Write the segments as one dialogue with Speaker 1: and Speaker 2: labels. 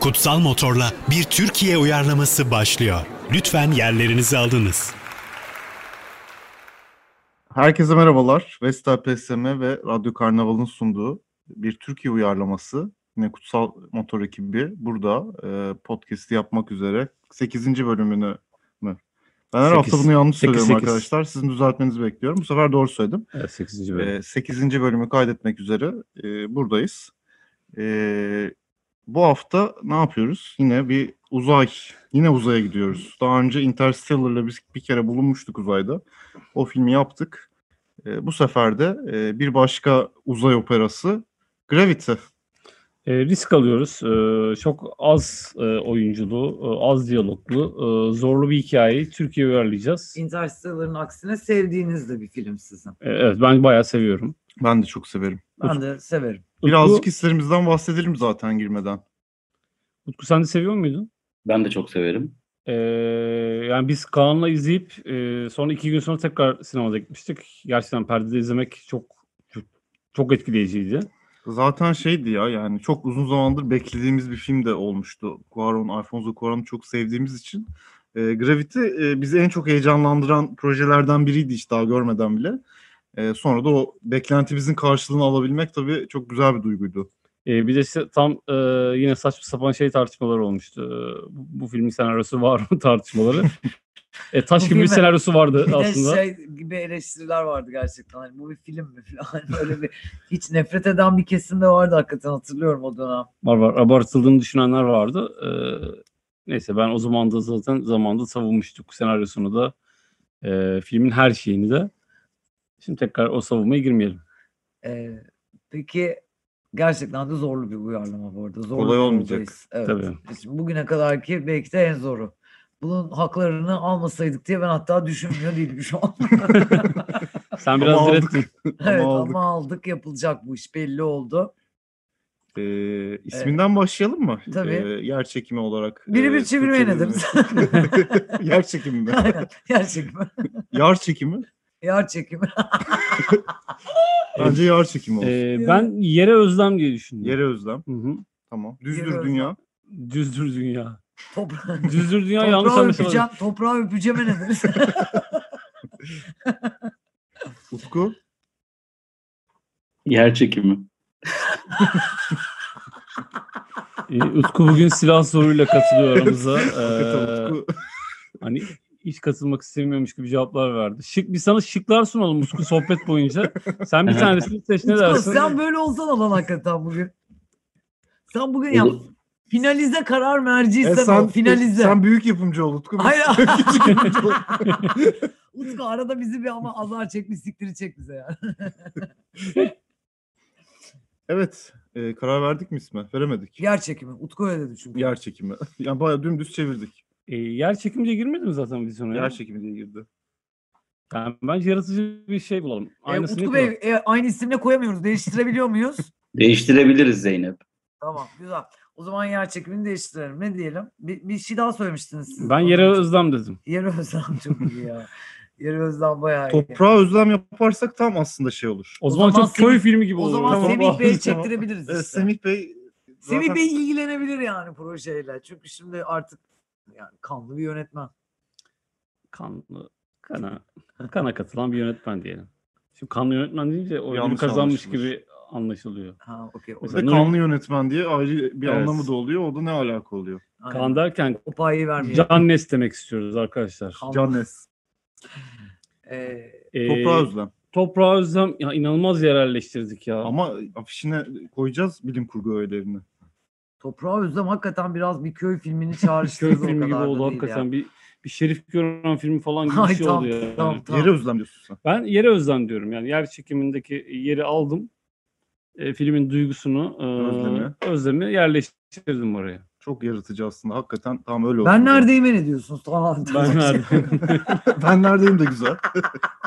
Speaker 1: Kutsal Motor'la bir Türkiye uyarlaması başlıyor. Lütfen yerlerinizi alınız.
Speaker 2: Herkese merhabalar. Vestel PSM ve Radyo Karnaval'ın sunduğu bir Türkiye uyarlaması. Yine Kutsal Motor ekibi burada e, podcast'i yapmak üzere 8. bölümünü mü? Ben her
Speaker 3: Sekiz.
Speaker 2: hafta bunu yanlış
Speaker 3: Sekiz,
Speaker 2: söylüyorum
Speaker 3: sekiz.
Speaker 2: arkadaşlar. Sizin düzeltmenizi bekliyorum. Bu sefer doğru söyledim.
Speaker 3: Evet 8. bölüm.
Speaker 2: 8. bölümü kaydetmek üzere e, buradayız. E, bu hafta ne yapıyoruz? Yine bir uzay, yine uzaya gidiyoruz. Daha önce Interstellar'la biz bir kere bulunmuştuk uzayda. O filmi yaptık. E, bu sefer de e, bir başka uzay operası Gravity.
Speaker 4: E, risk alıyoruz. E, çok az e, oyunculu, e, az diyaloglu, e, zorlu bir hikayeyi Türkiye'ye uyarlayacağız. E,
Speaker 5: Interstellar'ın aksine sevdiğiniz de bir film sizin.
Speaker 4: evet ben bayağı seviyorum.
Speaker 2: Ben de çok severim.
Speaker 5: Ben de severim.
Speaker 2: Birazcık
Speaker 4: Utku,
Speaker 2: hislerimizden bahsedelim zaten girmeden.
Speaker 4: Utku sen de seviyor muydun?
Speaker 6: Ben de çok severim.
Speaker 4: E, yani biz Kaan'la izleyip e, sonra iki gün sonra tekrar sinemada gitmiştik. Gerçekten perdede izlemek çok çok, çok etkileyiciydi.
Speaker 2: Zaten şeydi ya yani çok uzun zamandır beklediğimiz bir film de olmuştu. Cuarón, Alfonso Cuarón'u çok sevdiğimiz için. E, Gravity e, bizi en çok heyecanlandıran projelerden biriydi hiç daha görmeden bile. E, sonra da o beklentimizin karşılığını alabilmek tabii çok güzel bir duyguydu.
Speaker 4: E, bir de işte tam e, yine saçma sapan şey tartışmaları olmuştu. E, bu, bu filmin senaryosu var mı tartışmaları. E, taş
Speaker 5: Bu
Speaker 4: gibi bir
Speaker 5: filme-
Speaker 4: senaryosu vardı
Speaker 5: Bir de
Speaker 4: aslında.
Speaker 5: şey gibi eleştiriler vardı gerçekten. Hani bu bir film mi falan. Öyle bir hiç nefret eden bir kesim de vardı hakikaten hatırlıyorum o dönem.
Speaker 4: Var var. Abartıldığını düşünenler vardı. Ee, neyse ben o zaman da zaten zamanda savunmuştuk senaryosunu da e, filmin her şeyini de. Şimdi tekrar o savunmaya girmeyelim.
Speaker 5: Ee, peki gerçekten de zorlu bir uyarlama bu arada. Zorlu
Speaker 2: Kolay
Speaker 5: bir
Speaker 2: olmayacak.
Speaker 5: yoldayız. Evet.
Speaker 4: Tabii.
Speaker 5: Şimdi bugüne kadarki belki de en zoru. Bunun haklarını almasaydık diye ben hatta düşünmüyor değilim şu an.
Speaker 4: Sen biraz
Speaker 2: aldık.
Speaker 4: direttin.
Speaker 5: evet
Speaker 2: aldık.
Speaker 5: ama aldık yapılacak bu iş belli oldu.
Speaker 2: E, isminden başlayalım mı?
Speaker 5: Tabii.
Speaker 2: E, yer çekimi olarak.
Speaker 5: Biri bir
Speaker 2: e,
Speaker 5: çevirmeye ne
Speaker 2: Türkçe
Speaker 5: dedim?
Speaker 2: yer çekimi mi?
Speaker 5: Aynen. Yer çekimi.
Speaker 2: Yar çekimi.
Speaker 5: Yer çekimi.
Speaker 2: Bence yar çekimi olsun.
Speaker 4: Ee, ben yere özlem diye düşündüm.
Speaker 2: Yere özlem.
Speaker 4: Hı hı.
Speaker 2: Tamam.
Speaker 5: Yere
Speaker 2: Düzdür
Speaker 5: özlem.
Speaker 2: dünya.
Speaker 4: Düzdür dünya.
Speaker 5: Toprağı,
Speaker 4: Düzdür dünya yanlış
Speaker 5: toprağı
Speaker 4: anlaşılmadı.
Speaker 5: öpeceğim. Toprağı öpeceğime ne deriz?
Speaker 2: Utku.
Speaker 6: Yer çekimi.
Speaker 4: Ee, Utku bugün silah soruyla katılıyor aramıza.
Speaker 2: Hakikaten
Speaker 4: Ee,
Speaker 2: Utku.
Speaker 4: hani hiç katılmak istemiyormuş gibi cevaplar verdi. Şık, biz sana şıklar sunalım Utku sohbet boyunca. Sen bir tanesini seç ne
Speaker 5: Utku,
Speaker 4: dersin?
Speaker 5: sen böyle olsan lan hakikaten bugün. Sen bugün
Speaker 6: Olur.
Speaker 5: yap. Finalize karar merciysen
Speaker 2: E,
Speaker 5: sen, finalize.
Speaker 2: Sen büyük yapımcı ol Utku. biz-
Speaker 5: Hayır.
Speaker 2: küçük yapımcı ol.
Speaker 5: Utku arada bizi bir ama azar çek bir siktiri çek bize yani.
Speaker 2: Evet. e, karar verdik mi isme? Veremedik.
Speaker 5: Yer çekimi. Utku öyle dedi çünkü. E,
Speaker 2: Yer çekimi. yani bayağı dümdüz çevirdik.
Speaker 4: E, yer çekimi diye girmedi mi zaten biz ona? ya?
Speaker 2: Yer çekimi diye girdi.
Speaker 4: Yani bence yaratıcı bir şey bulalım.
Speaker 5: E,
Speaker 4: Aynısını
Speaker 5: Utku
Speaker 4: yapalım.
Speaker 5: Bey e, aynı isimle koyamıyoruz. Değiştirebiliyor muyuz?
Speaker 6: Değiştirebiliriz Zeynep.
Speaker 5: tamam güzel. O zaman yer çekimini değiştirelim. Ne diyelim? Bir, bir şey daha söylemiştiniz siz.
Speaker 4: Ben yere özlem dedim.
Speaker 5: Yeri Özlem çok iyi ya. Yeri Özlem bayağı iyi.
Speaker 2: Toprağa özlem yaparsak tam aslında şey olur.
Speaker 4: O, zaman,
Speaker 5: zaman
Speaker 4: çok köy
Speaker 5: Semih-
Speaker 4: filmi gibi Ah.
Speaker 5: O
Speaker 4: olur.
Speaker 5: zaman
Speaker 2: Tamam,
Speaker 5: Semih Bey'i
Speaker 2: tamam.
Speaker 5: çektirebiliriz
Speaker 2: E,
Speaker 5: işte. Semih,
Speaker 2: Semih Bey zaten
Speaker 5: Bey ilgilenebilir yani projeyle. Çünkü şimdi artık yani kanlı bir yönetmen.
Speaker 4: Kanlı, kana, kana katılan bir yönetmen diyelim. Şimdi kanlı yönetmen deyince o ödülü
Speaker 2: Yanlış
Speaker 4: kazanmış
Speaker 2: anlaşılır.
Speaker 4: gibi anlaşılıyor.
Speaker 5: Ha okey.
Speaker 2: bir
Speaker 5: O
Speaker 2: de
Speaker 4: Nuri-
Speaker 2: kanlı yönetmen diye ayrı bir
Speaker 4: Evet.
Speaker 2: anlamı da oluyor. O da ne alaka oluyor?
Speaker 5: aynen. Ee,
Speaker 4: Kan derken
Speaker 5: o payı vermeyelim.
Speaker 4: Cannes demek istiyoruz arkadaşlar.
Speaker 5: Kan-
Speaker 2: Cannes.
Speaker 5: Ee,
Speaker 4: Ee,
Speaker 2: Toprağa özlem.
Speaker 4: toprağa özlem ya inanılmaz yerelleştirdik ya.
Speaker 2: Ama afişine koyacağız bilim kurgu öğelerini.
Speaker 5: Toprağa Özlem hakikaten biraz bir köy filmini çağrıştırdı.
Speaker 4: köy
Speaker 5: o
Speaker 4: filmi gibi
Speaker 5: kadar da
Speaker 4: oldu
Speaker 5: değil
Speaker 4: hakikaten.
Speaker 5: ya.
Speaker 4: Bir, şey bir şerif gören filmi falan gibi bir
Speaker 5: Ay,
Speaker 4: şey
Speaker 5: tam,
Speaker 4: oldu ya.
Speaker 5: tam, tam.
Speaker 2: Yere özlem diyorsun sen.
Speaker 4: Ben yere özlem diyorum. Yani yer çekimindeki yeri aldım. E, filmin duygusunu, e,
Speaker 2: Özlemi.
Speaker 4: özlemi. yerleştirdim oraya.
Speaker 2: Çok yaratıcı aslında. Hakikaten tam öyle oldu.
Speaker 5: Ben neredeyim ne diyorsunuz? Tamam.
Speaker 4: Ben verdim.
Speaker 2: ben neredeyim de güzel.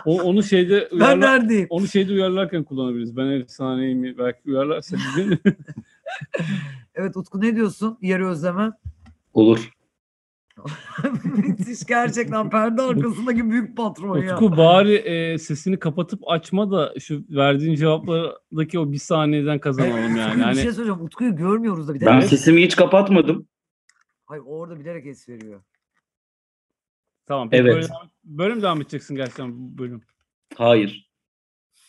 Speaker 4: o, onu şeyde
Speaker 5: ben
Speaker 4: uyarla-
Speaker 5: neredeyim?
Speaker 4: onu şeyde uyarlarken kullanabiliriz. Ben efsaneyim mi? Belki uyarlarsak bizi.
Speaker 5: Evet Utku ne diyorsun? Yeri Özlem'e.
Speaker 6: Olur.
Speaker 5: Müthiş gerçekten perde arkasındaki büyük patron ya.
Speaker 4: Utku bari e, sesini kapatıp açma da şu verdiğin cevaplardaki o bir saniyeden kazanalım yani.
Speaker 5: Bir
Speaker 4: Hani
Speaker 5: şey söyleyeceğim. Utku'yu görmüyoruz da bir
Speaker 6: Ben
Speaker 5: de.
Speaker 6: sesimi hiç kapatmadım.
Speaker 5: Hayır o orada bilerek es veriyor.
Speaker 4: tamam. peki
Speaker 6: Evet.
Speaker 4: Böyle, devam- böyle mi devam edeceksin gerçekten bu bölüm?
Speaker 6: Hayır.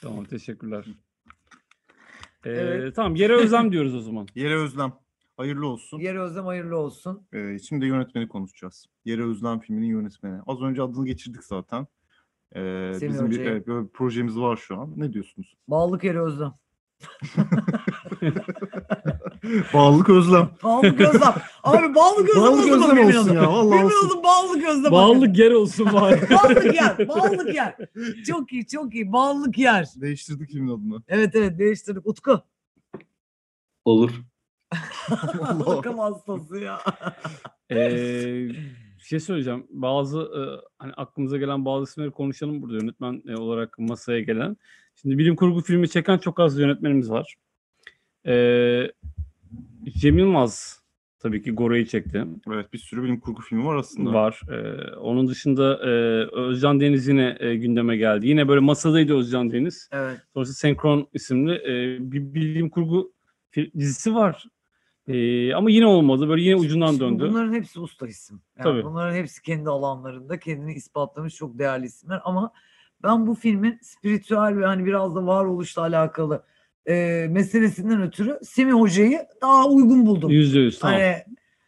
Speaker 4: Tamam teşekkürler. Ee,
Speaker 5: Evet.
Speaker 4: Tamam yere özlem diyoruz o zaman.
Speaker 2: Yere Özlem. Hayırlı olsun.
Speaker 5: Diğer Özlem hayırlı olsun.
Speaker 2: Ee, şimdi de yönetmeni konuşacağız. Yere Özlem filminin yönetmeni. Az önce adını geçirdik zaten. Ee,
Speaker 5: Semih
Speaker 2: bizim bir,
Speaker 5: Hoca'yı.
Speaker 2: evet, böyle bir projemiz var şu an. Ne diyorsunuz?
Speaker 5: Bağlık yeri Özlem.
Speaker 2: Bağlılık Özlem.
Speaker 5: Bağlık Özlem. Abi Bağlık Özlem
Speaker 2: Bağlılık
Speaker 5: olsun.
Speaker 2: Özlem olsun ya. Vallahi olsun.
Speaker 5: Bilmiyordum Bağlık Özlem.
Speaker 4: Bağlılık yer olsun bari.
Speaker 5: Bağlık yer. Bağlık yer. Çok iyi çok iyi. Bağlık yer.
Speaker 2: Değiştirdik filmin adını.
Speaker 5: Evet evet değiştirdik. Utku.
Speaker 6: Olur.
Speaker 2: Vallahi.
Speaker 5: Akıl hastası ya.
Speaker 4: Ee, bir şey söyleyeceğim. Bazı e, hani aklımıza gelen bazı isimleri konuşalım burada yönetmen e, olarak masaya gelen. Şimdi bilim kurgu filmi çeken çok az yönetmenimiz var. Ee, Cem Yılmaz tabii ki Gora'yı çekti.
Speaker 2: Evet bir sürü bilim kurgu filmi var aslında.
Speaker 4: Var. Ee, onun dışında e, Özcan Deniz yine e, gündeme geldi. Yine böyle masadaydı Özcan Deniz.
Speaker 5: Evet.
Speaker 4: Sonrası Senkron isimli e, bir bilim kurgu fil- dizisi var. E, ama yine olmadı. Böyle yine ucundan
Speaker 5: Şimdi
Speaker 4: döndü.
Speaker 5: Bunların hepsi usta isim. Yani
Speaker 4: Tabii.
Speaker 5: Bunların hepsi kendi alanlarında kendini ispatlamış çok değerli isimler ama ben bu filmin spiritüel ve hani biraz da varoluşla alakalı e, meselesinden ötürü Semih Hoca'yı daha uygun buldum.
Speaker 4: Yüzde yüz. Tamam.
Speaker 5: Hani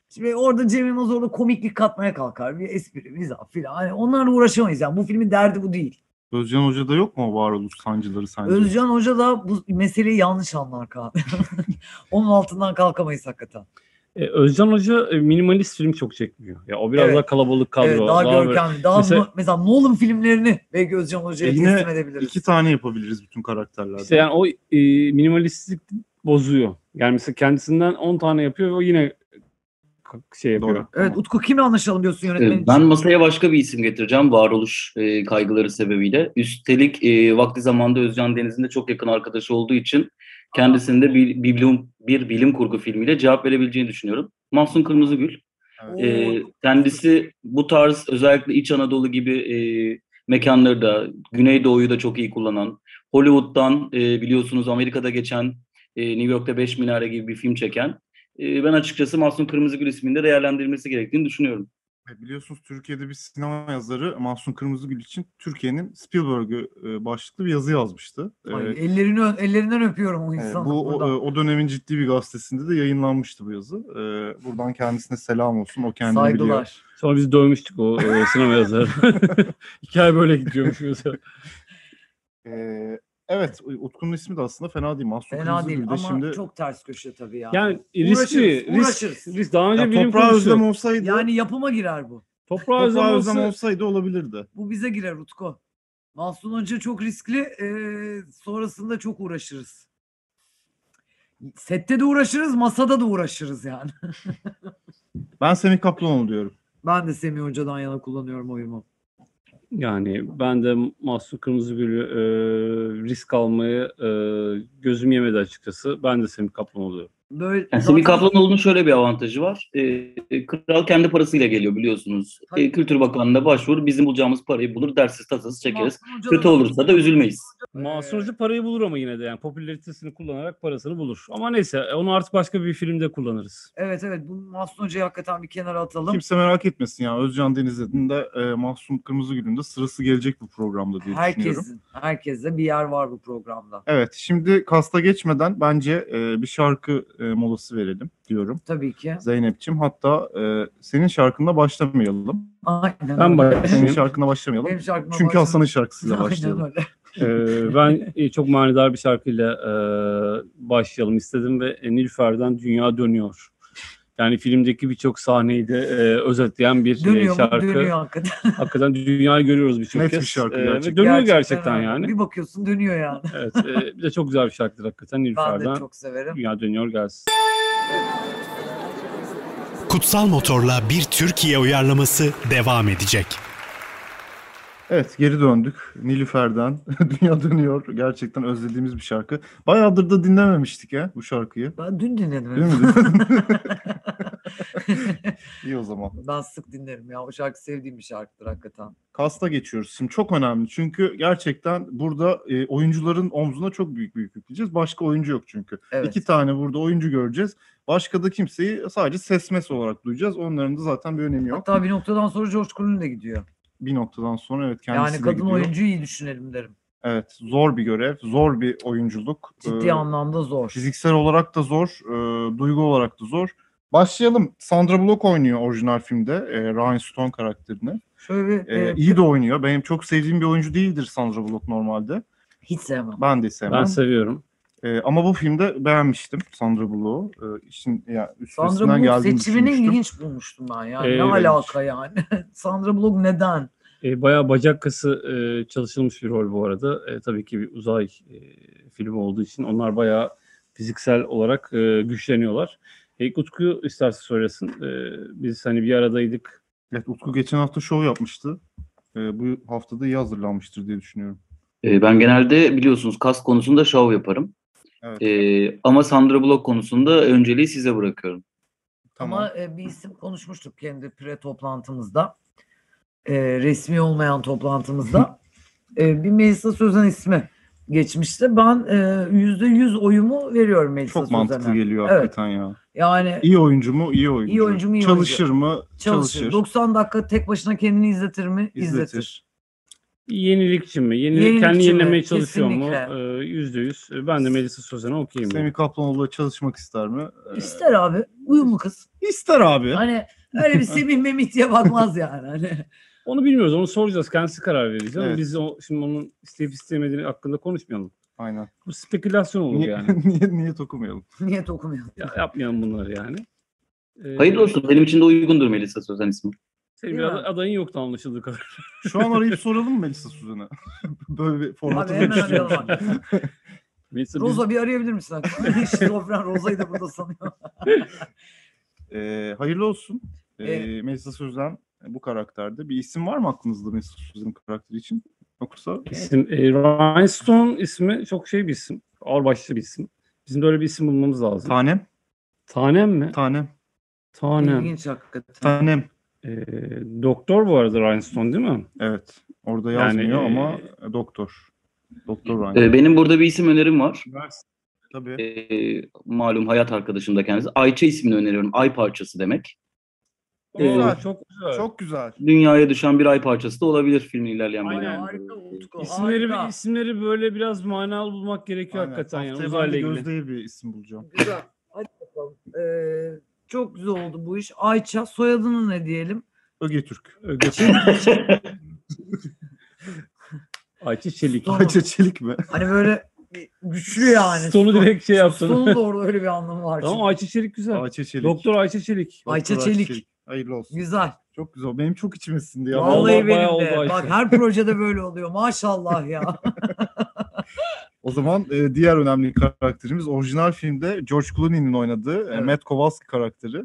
Speaker 5: şimdi orada Cem Yılmaz orada komiklik katmaya kalkar. Bir espri, mizah filan. Hani onlarla uğraşamayız yani. Bu filmin derdi bu değil.
Speaker 2: Özcan Hoca'da yok mu o varoluş sancıları sence?
Speaker 5: Özcan Hoca da bu meseleyi yanlış anlar abi. Onun altından kalkamayız hakikaten.
Speaker 4: E, Özcan Hoca e, minimalist film çok çekmiyor. Ya o biraz
Speaker 5: Evet.
Speaker 4: daha kalabalık kadro.
Speaker 5: evet, daha,
Speaker 4: böyle-
Speaker 5: görkemli. Daha
Speaker 4: Mesela-
Speaker 5: mesela, mesela Nolan filmlerini belki Özcan Hoca'ya
Speaker 2: E yine
Speaker 5: teslim edebiliriz.
Speaker 2: İki tane yapabiliriz bütün karakterlerden.
Speaker 4: İşte yani o e, minimalistlik bozuyor. Yani mesela kendisinden 10 tane yapıyor ve o yine k- şey yapıyor.
Speaker 2: Doğru.
Speaker 5: Evet Utku kimle anlaşalım diyorsun
Speaker 6: Ee,
Speaker 5: yönetmen için?
Speaker 6: Ben masaya başka bir isim getireceğim varoluş e, kaygıları sebebiyle. Üstelik e, vakti zamanda Özcan Deniz'in de çok yakın arkadaşı olduğu için kendisinde bir, bilim, bir bilim kurgu filmiyle cevap verebileceğini düşünüyorum. Mahsun Kırmızıgül.
Speaker 5: Oo,
Speaker 6: Ee, kendisi bu tarz özellikle İç Anadolu gibi e, mekanları da Güneydoğu'yu da çok iyi kullanan Hollywood'dan e, biliyorsunuz Amerika'da geçen e, New York'ta Beş Minare gibi bir film çeken e, ben açıkçası Mahsun Kırmızıgül isminde değerlendirilmesi gerektiğini düşünüyorum.
Speaker 2: E, Biliyorsunuz Türkiye'de bir sinema yazarı Mahsun Kırmızıgül için Türkiye'nin Spielberg'ü e, başlıklı bir yazı yazmıştı. E,
Speaker 5: ay, ellerini ö- ellerinden öpüyorum o
Speaker 2: e,
Speaker 5: insanı.
Speaker 2: bu o,
Speaker 5: buradan.
Speaker 2: e, o dönemin ciddi bir gazetesinde de yayınlanmıştı bu yazı. E, buradan kendisine selam olsun. O kendini biliyor.
Speaker 5: Saygılar.
Speaker 4: Sonra biz dövmüştük o e, sinema yazarı. Hikaye böyle gidiyormuş mesela.
Speaker 2: E, evet Utku'nun ismi de aslında fena değil. Mahsun
Speaker 5: Fena
Speaker 2: Kırmızıgül
Speaker 5: değil
Speaker 2: de
Speaker 5: ama
Speaker 2: şimdi
Speaker 5: çok ters köşe tabii ya.
Speaker 4: Yani
Speaker 5: Uğraşırız,
Speaker 4: riskli. Risk,
Speaker 5: uğraşırız.
Speaker 4: risk. Daha önce
Speaker 2: ya,
Speaker 4: bilim
Speaker 2: toprağa
Speaker 4: kurgusu.
Speaker 2: özlem olsaydı
Speaker 5: Yani yapıma girer bu.
Speaker 4: Toprağı özlem
Speaker 2: toprağa özlem
Speaker 4: olsa-
Speaker 2: olsaydı olabilirdi.
Speaker 5: Bu bize girer Utku. Mahsun Hoca çok riskli. eee, sonrasında çok uğraşırız. Sette de uğraşırız, masada da uğraşırız yani.
Speaker 2: Ben Semih Kaplanoğlu diyorum.
Speaker 5: Ben de Semih Hoca'dan yana kullanıyorum oyumu.
Speaker 4: Yani ben de Mahsun Kırmızıgül'ü e, risk almayı e, gözüm yemedi açıkçası. Ben de Semih Kaplanoğlu diyorum.
Speaker 5: Böyle
Speaker 6: Yani Semih
Speaker 5: zaten-
Speaker 6: Kaplanoğlu'nun şöyle bir avantajı var. E, e, kral kendi parasıyla geliyor biliyorsunuz. E,
Speaker 5: Tabii.
Speaker 6: Kültür Bakanlığı'na başvur bizim bulacağımız parayı bulur dersiz tasasız çekeriz.
Speaker 5: Mahsun Hoca
Speaker 6: Kötü
Speaker 5: da-
Speaker 6: olursa da üzülmeyiz.
Speaker 4: Mahsun Hoca parayı bulur ama yine de yani popülaritesini kullanarak parasını bulur. Ama neyse e, onu artık başka bir filmde kullanırız.
Speaker 5: Evet evet bu Mahsun Hoca'yı hakikaten bir kenara atalım.
Speaker 2: Kimse merak etmesin ya. Özcan Deniz'in de e, Mahsun Kırmızıgül'ün de sırası gelecek bu programda diye düşünüyorum.
Speaker 5: Herkesin, herkese bir yer var bu programda.
Speaker 2: Evet, şimdi kasta geçmeden bence e, bir şarkı e, molası verelim diyorum
Speaker 5: Tabii ki.
Speaker 2: Zeynep'ciğim. Hatta e, senin şarkınla başlamayalım.
Speaker 5: Aynen
Speaker 4: Ben
Speaker 5: öyle.
Speaker 4: başlayayım.
Speaker 2: Senin şarkınla başlamayalım.
Speaker 5: Benim şarkıma
Speaker 2: Çünkü
Speaker 5: başlayalım.
Speaker 2: Hasan'ın şarkısıyla
Speaker 5: Aynen
Speaker 2: başlayalım.
Speaker 5: öyle.
Speaker 4: Ee, ben e, çok manidar bir şarkıyla e, başlayalım istedim ve Nilüfer'den Dünya Dönüyor. Yani filmdeki birçok sahneyi de e, özetleyen
Speaker 2: Şey,
Speaker 4: bir e,
Speaker 5: Dönüyor mu?
Speaker 4: şarkı.
Speaker 5: Dönüyor hakikaten.
Speaker 4: Hakikaten dünyayı görüyoruz birçok
Speaker 2: Net bir
Speaker 4: kez.
Speaker 2: şarkı
Speaker 4: E, ve
Speaker 2: gerçekten.
Speaker 4: dönüyor gerçekten
Speaker 5: öyle.
Speaker 4: yani.
Speaker 5: Bir bakıyorsun dönüyor yani.
Speaker 4: Evet, e, bir de çok güzel bir şarkıdır hakikaten
Speaker 5: Ben de
Speaker 4: Nilüfer'den.
Speaker 5: çok severim.
Speaker 4: Dünya dönüyor gelsin.
Speaker 1: Kutsal Motor'la bir Türkiye uyarlaması devam edecek.
Speaker 2: Evet, geri döndük. Nilüfer'den Dünya Dönüyor. Gerçekten özlediğimiz bir şarkı. Bayağıdır da dinlememiştik ya bu şarkıyı.
Speaker 5: Ben dün dinledim.
Speaker 2: Değil mi? İyi o zaman.
Speaker 5: Ben sık dinlerim ya. O şarkı sevdiğim bir şarkıdır hakikaten.
Speaker 2: Kasta geçiyoruz. Şimdi çok önemli. Çünkü gerçekten burada e, oyuncuların omzuna çok büyük büyük yükleyeceğiz. Başka oyuncu yok çünkü.
Speaker 5: Evet.
Speaker 2: İki tane burada oyuncu göreceğiz. Başka da kimseyi sadece ses mes olarak duyacağız. Onların da zaten bir önemi yok.
Speaker 5: Hatta bir noktadan sonra George Clooney de gidiyor.
Speaker 2: bir noktadan sonra evet kendisi
Speaker 5: yani
Speaker 2: de
Speaker 5: kadın
Speaker 2: gidiyor.
Speaker 5: oyuncuyu iyi düşünelim derim.
Speaker 2: Evet zor bir görev, zor bir oyunculuk.
Speaker 5: Ciddi
Speaker 2: Ee,
Speaker 5: anlamda zor.
Speaker 2: Fiziksel olarak da zor, e, duygu olarak da zor. Başlayalım. Sandra Bullock oynuyor orijinal filmde e, Ryan Stone karakterini.
Speaker 5: Şöyle bir,
Speaker 2: E,
Speaker 5: e,
Speaker 2: iyi de oynuyor. Benim çok sevdiğim bir oyuncu değildir Sandra Bullock normalde.
Speaker 5: hiç sevmem.
Speaker 2: Ben de
Speaker 4: Ben
Speaker 2: sevmem.
Speaker 4: seviyorum.
Speaker 2: E, ama bu filmde beğenmiştim Sandra Bullock'u. E, işin ya üstesinden
Speaker 5: Sandra Bullock
Speaker 2: geldiğini
Speaker 5: seçimini
Speaker 2: düşünmüştüm.
Speaker 5: ilginç bulmuştum ben yani.
Speaker 4: Ee,
Speaker 5: ne
Speaker 4: evet.
Speaker 5: alaka yani? Sandra Bullock neden?
Speaker 4: E, bayağı bacak kası e, çalışılmış bir rol bu arada. E, tabii ki bir uzay e, filmi olduğu için onlar bayağı fiziksel olarak e, güçleniyorlar. E, Utku isterse söylesin. E, biz hani bir aradaydık.
Speaker 2: Evet, Utku geçen hafta şov yapmıştı. E, bu haftada iyi hazırlanmıştır diye düşünüyorum.
Speaker 6: Ee, Ben genelde biliyorsunuz kas konusunda şov yaparım.
Speaker 2: Evet.
Speaker 6: Ee, ama Sandra Bullock konusunda önceliği size bırakıyorum.
Speaker 5: Ama e, bir isim konuşmuştuk kendi pre toplantımızda. E, resmi olmayan toplantımızda. E, bir Melisa Sözen ismi geçmişti. Ben e, yüzde yüz oyumu veriyorum Melisa
Speaker 2: Çok
Speaker 5: Sözen'e.
Speaker 2: mantıklı geliyor
Speaker 5: Evet.
Speaker 2: hakikaten ya.
Speaker 5: Yani
Speaker 2: İyi oyuncu mu? İyi oyuncu.
Speaker 5: İyi oyuncu mu? İyi
Speaker 2: Çalışır mı?
Speaker 5: çalışır.
Speaker 2: Çalışır.
Speaker 5: 90 dakika tek başına kendini izletir mi? İzletir.
Speaker 2: İzletir.
Speaker 4: Yenilikçi mi? Yeni,
Speaker 5: Yenilikçi
Speaker 4: kendi
Speaker 5: mi?
Speaker 4: yenilemeye çalışıyor
Speaker 5: Kesinlikle.
Speaker 4: mu? E, Yüzde yüz. E, Ben de Melisa Sözen'e okeyim. yani.
Speaker 2: Semih Kaplanoğlu'yla çalışmak ister mi? Ee,
Speaker 5: İster abi. Uyumlu kız.
Speaker 2: İster abi.
Speaker 5: Hani öyle bir Semih Memih diye bakmaz yani. Hani.
Speaker 4: Onu bilmiyoruz. Onu soracağız. Kendisi karar verecek. Ama
Speaker 2: Evet.
Speaker 4: Biz o, şimdi onun isteyip istemediğini hakkında konuşmayalım.
Speaker 2: Aynen.
Speaker 4: Bu spekülasyon olur
Speaker 2: Niye,
Speaker 4: yani.
Speaker 2: niye, niye dokumayalım?
Speaker 5: Niyet okumuyor.
Speaker 4: Ya- yapmayalım bunları yani. E,
Speaker 6: Hayırlı olsun. Benim için de uygundur Melisa Sözen ismi. Ee,
Speaker 4: Senin bir
Speaker 5: Değil mi?
Speaker 4: ad- adayın yoktu anlaşıldığı kadar.
Speaker 2: Şu an arayıp soralım mı Melisa Suzan'a? Böyle bir
Speaker 5: Abi
Speaker 2: formatı
Speaker 5: hemen
Speaker 2: geçiyor.
Speaker 5: arayalım. bak.
Speaker 4: Melisa biz-
Speaker 5: Roza bir arayabilir misin? hakikaten? Şizofren Roza'yı da burada sanıyor.
Speaker 2: Ee, hayırlı olsun. Ee,
Speaker 5: Evet.
Speaker 2: Melisa Suzan bu karakterde. Bir isim var mı aklınızda Melisa Suzan'ın karakteri için? Yoksa
Speaker 4: İsim, e, Rhinestone ismi çok şey bir isim. Ağırbaşlı bir isim. Bizim böyle bir isim bulmamız lazım.
Speaker 2: Tanem.
Speaker 4: Tanem mi?
Speaker 2: Tanem.
Speaker 4: Tanem.
Speaker 5: İlginç hakikaten.
Speaker 2: Tanem.
Speaker 4: E, doktor bu arada Rhinestone değil mi?
Speaker 2: Evet. Orada
Speaker 4: Yani,
Speaker 2: yazmıyor
Speaker 4: e,
Speaker 2: ama doktor. Doktor Ryan.
Speaker 6: Ee, Benim burada bir isim önerim var.
Speaker 2: Tabii.
Speaker 6: Ee, malum hayat arkadaşım da kendisi. Ayça ismini öneriyorum. Ay parçası demek.
Speaker 2: Güzel.
Speaker 4: çok güzel.
Speaker 2: Çok güzel.
Speaker 6: Dünyaya düşen bir ay parçası da olabilir filmin ilerleyen Ee,
Speaker 4: Aynen.
Speaker 6: bölümlerinde.
Speaker 5: Harika Utku.
Speaker 4: İsimleri,
Speaker 5: harika.
Speaker 4: isimleri böyle biraz manalı bulmak gerekiyor
Speaker 2: Aynen.
Speaker 4: hakikaten. Yani,
Speaker 2: Haftaya
Speaker 4: uzayla
Speaker 2: ben de
Speaker 4: ilgili.
Speaker 2: Gözde'ye bir isim bulacağım.
Speaker 5: Güzel. Hadi bakalım. Ee, çok güzel oldu bu iş. Ayça soyadını ne diyelim?
Speaker 2: Öge Türk.
Speaker 4: Öge- Ayça Çelik.
Speaker 5: Stone.
Speaker 2: Ayça Çelik mi?
Speaker 5: Hani böyle güçlü yani.
Speaker 4: Stone'u direkt şey yaptın.
Speaker 5: Stone'un da orada öyle bir anlamı var.
Speaker 4: Tamam
Speaker 5: çünkü.
Speaker 4: Ayça Çelik güzel.
Speaker 2: Ayça Çelik.
Speaker 4: Doktor Ayça Çelik.
Speaker 2: Doktor
Speaker 5: Ayça Çelik.
Speaker 2: Hayırlı olsun.
Speaker 5: Güzel.
Speaker 2: Çok güzel. Benim çok içim esindi ya.
Speaker 4: Vallahi
Speaker 5: Vallahi
Speaker 4: bayağı
Speaker 5: benim de.
Speaker 4: oldu Ayça.
Speaker 5: Bak her projede böyle oluyor. Maşallah ya.
Speaker 2: O zaman e, diğer önemli karakterimiz orijinal filmde George Clooney'nin oynadığı e,
Speaker 5: Evet.
Speaker 2: Matt Kowalski karakteri.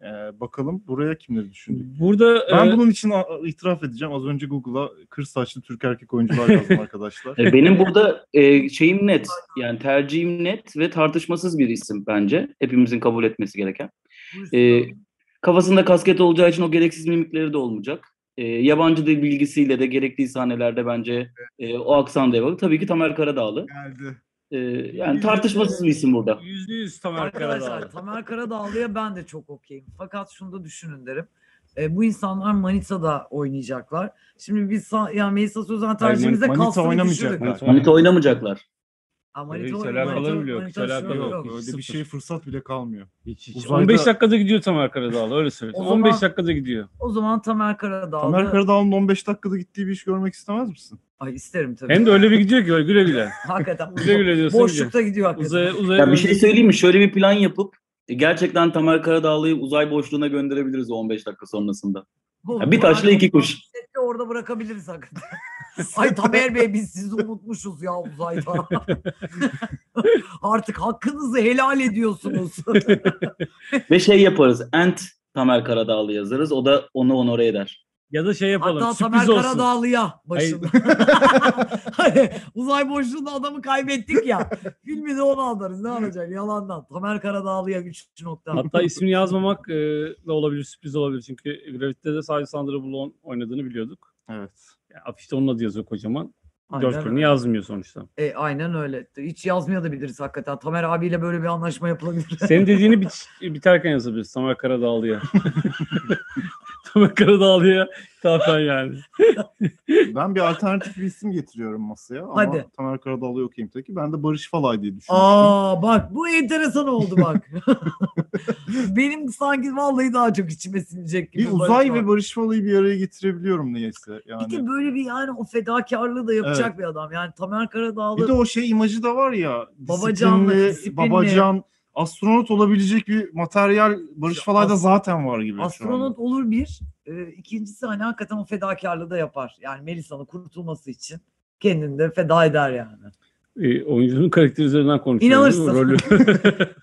Speaker 2: E, bakalım buraya kimleri düşündük.
Speaker 4: Burada
Speaker 2: Ben
Speaker 4: e,
Speaker 2: bunun için a- itiraf edeceğim. Az önce Google'a kır saçlı Türk erkek oyuncular yazdım arkadaşlar.
Speaker 6: Ee, Benim burada e, şeyim net. Yani tercihim net ve tartışmasız bir isim bence. Hepimizin kabul etmesi gereken. Ee, kafasında kasket olacağı için o gereksiz mimikleri de olmayacak. Ee, yabancı dil bilgisiyle de gerekli sahnelerde bence e, o aksan da yapalım. Tabii ki Tamer Karadağlı.
Speaker 2: Geldi.
Speaker 6: Ee, yani tartışmasız bir isim burada.
Speaker 4: Yüzde yüz Tamer Karadağlı.
Speaker 5: Arkadaşlar Tamer Karadağlı'ya ben de çok okeyim. Fakat şunu da düşünün derim. E, bu insanlar Manisa'da oynayacaklar. Şimdi biz sa- yani Melisa Sözen tercihimize
Speaker 2: Manita
Speaker 5: kastını
Speaker 2: oynamayacak
Speaker 5: düşürdük.
Speaker 2: Manita.
Speaker 6: Manita Hani oynamayacaklar.
Speaker 5: Ha,
Speaker 4: Hiç
Speaker 5: oyna-
Speaker 4: alakaları bile yok, şey hiç
Speaker 5: şu
Speaker 4: alakaları
Speaker 5: yok.
Speaker 2: Yok,
Speaker 4: hiç
Speaker 2: öyle
Speaker 4: sıfır.
Speaker 2: bir şeye fırsat bile kalmıyor.
Speaker 4: Hiç, hiç.
Speaker 2: Uzayda-
Speaker 4: 15 dakikada gidiyor Tamer Karadağlı öyle söyleyeyim.
Speaker 5: O zaman-
Speaker 4: 15 dakikada gidiyor.
Speaker 5: O zaman Tamer Karadağlı.
Speaker 2: Tamer Karadağlı'nın 15 dakikada gittiği bir iş görmek istemez misin?
Speaker 5: Ay isterim tabii.
Speaker 4: Hem de öyle bir gidiyor ki böyle güle güle.
Speaker 5: Hakikaten.
Speaker 4: Güle güle diyorsun. gidiyor.
Speaker 5: Boşlukta gidiyor hakikaten.
Speaker 4: Uzaya uzaya.
Speaker 6: Ya bir şey söyleyeyim mi? Şöyle bir plan yapıp e, gerçekten Tamer Karadağlı'yı uzay boşluğuna gönderebiliriz o 15 dakika sonrasında.
Speaker 5: Bu-
Speaker 6: Ya bir taşla iki kuş.
Speaker 5: Sette orada bırakabiliriz hakikaten. Ay Tamer Bey biz sizi unutmuşuz ya uzayda. Artık hakkınızı helal ediyorsunuz.
Speaker 6: Ve şey yaparız. Ant Tamer Karadağlı yazarız. O da onu onore eder.
Speaker 4: Ya da şey yapalım.
Speaker 5: Hatta Tamer
Speaker 4: sürpriz olsun.
Speaker 5: Karadağlı'ya başında. Hani uzay boşluğunda adamı kaybettik ya. Filmi de onu alırız. Ne alacak? Yalandan. Tamer Karadağlı'ya 3 nokta.
Speaker 4: Hatta ismini yazmamak e, da olabilir, sürpriz olabilir. Çünkü Gravity'de de sadece Sandra Bullock'un oynadığını biliyorduk.
Speaker 2: Evet.
Speaker 4: Yani afişte onun adı yazıyor kocaman. George
Speaker 5: Aynen,
Speaker 4: Clooney
Speaker 5: öyle.
Speaker 4: yazmıyor sonuçta.
Speaker 5: e, aynen öyle. Hiç yazmayabiliriz hakikaten. Tamer abiyle böyle bir anlaşma yapılabilir.
Speaker 4: Senin dediğini bit- biterken yazabiliriz. Tamer Karadağlı'ya. Tamer Karadağlı'ya tafen yani.
Speaker 2: Ben bir alternatif bir isim getiriyorum masaya ama
Speaker 5: Hadi.
Speaker 2: Tamer Karadağlı yok imtaki. Ben de Barış Falay diye düşünüyorum.
Speaker 5: Aa bak bu enteresan oldu bak. Benim sanki vallahi daha çok içime sinecek gibi.
Speaker 2: bir uzay
Speaker 5: Bak,
Speaker 2: ve Barış Falay'ı bir araya getirebiliyorum niyeyse. Yani.
Speaker 5: Bir de böyle bir yani o fedakarlığı da yapacak bir adam. Yani Tamer Karadağlı
Speaker 2: Bir de o şey imajı da var ya.
Speaker 5: Babacanlı,
Speaker 2: disiplinli,
Speaker 5: disiplinli.
Speaker 2: Babacan, astronot olabilecek bir materyal Barış
Speaker 5: İşte
Speaker 2: Falay'da
Speaker 5: as-
Speaker 2: zaten var gibi şu
Speaker 5: astronot
Speaker 2: anda.
Speaker 5: olur bir. Ee, ikincisi hani hakikaten o fedakarlığı da yapar. Yani Melisa'nın kurtulması için kendini de feda eder yani.
Speaker 4: E, oyuncunun karakteri üzerinden konuşuyoruz. Şey, değil mi?
Speaker 5: İnanırsın.
Speaker 4: Rolü.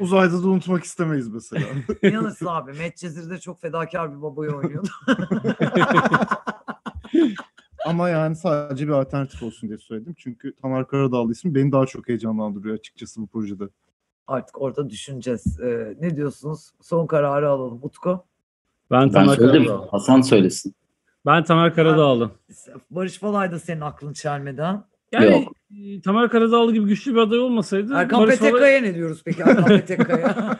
Speaker 2: Uzayda da unutmak istemeyiz mesela.
Speaker 5: İnanırsın abi. Medcezir'de çok fedakar bir babayı oynuyordu.
Speaker 2: Ama yani sadece bir alternatif olsun diye söyledim. Çünkü Tamer Karadağlı ismi beni daha çok heyecanlandırıyor açıkçası bu projede.
Speaker 5: Artık orada düşüneceğiz. Ee, ne diyorsunuz? Son kararı alalım. Utku.
Speaker 4: ben
Speaker 6: Ben
Speaker 4: Tamer
Speaker 6: söyledim.
Speaker 4: Karadağlı.
Speaker 6: Hasan söylesin.
Speaker 4: Ben Tamer Karadağlı.
Speaker 5: Barış Falay da senin aklın çelmeden.
Speaker 4: Yani
Speaker 6: Yok.
Speaker 4: e, Tamer Karadağlı gibi güçlü bir aday olmasaydı
Speaker 5: Erkan
Speaker 4: Barış Falay-
Speaker 5: Petekkaya ne diyoruz peki Erkan Petekkaya?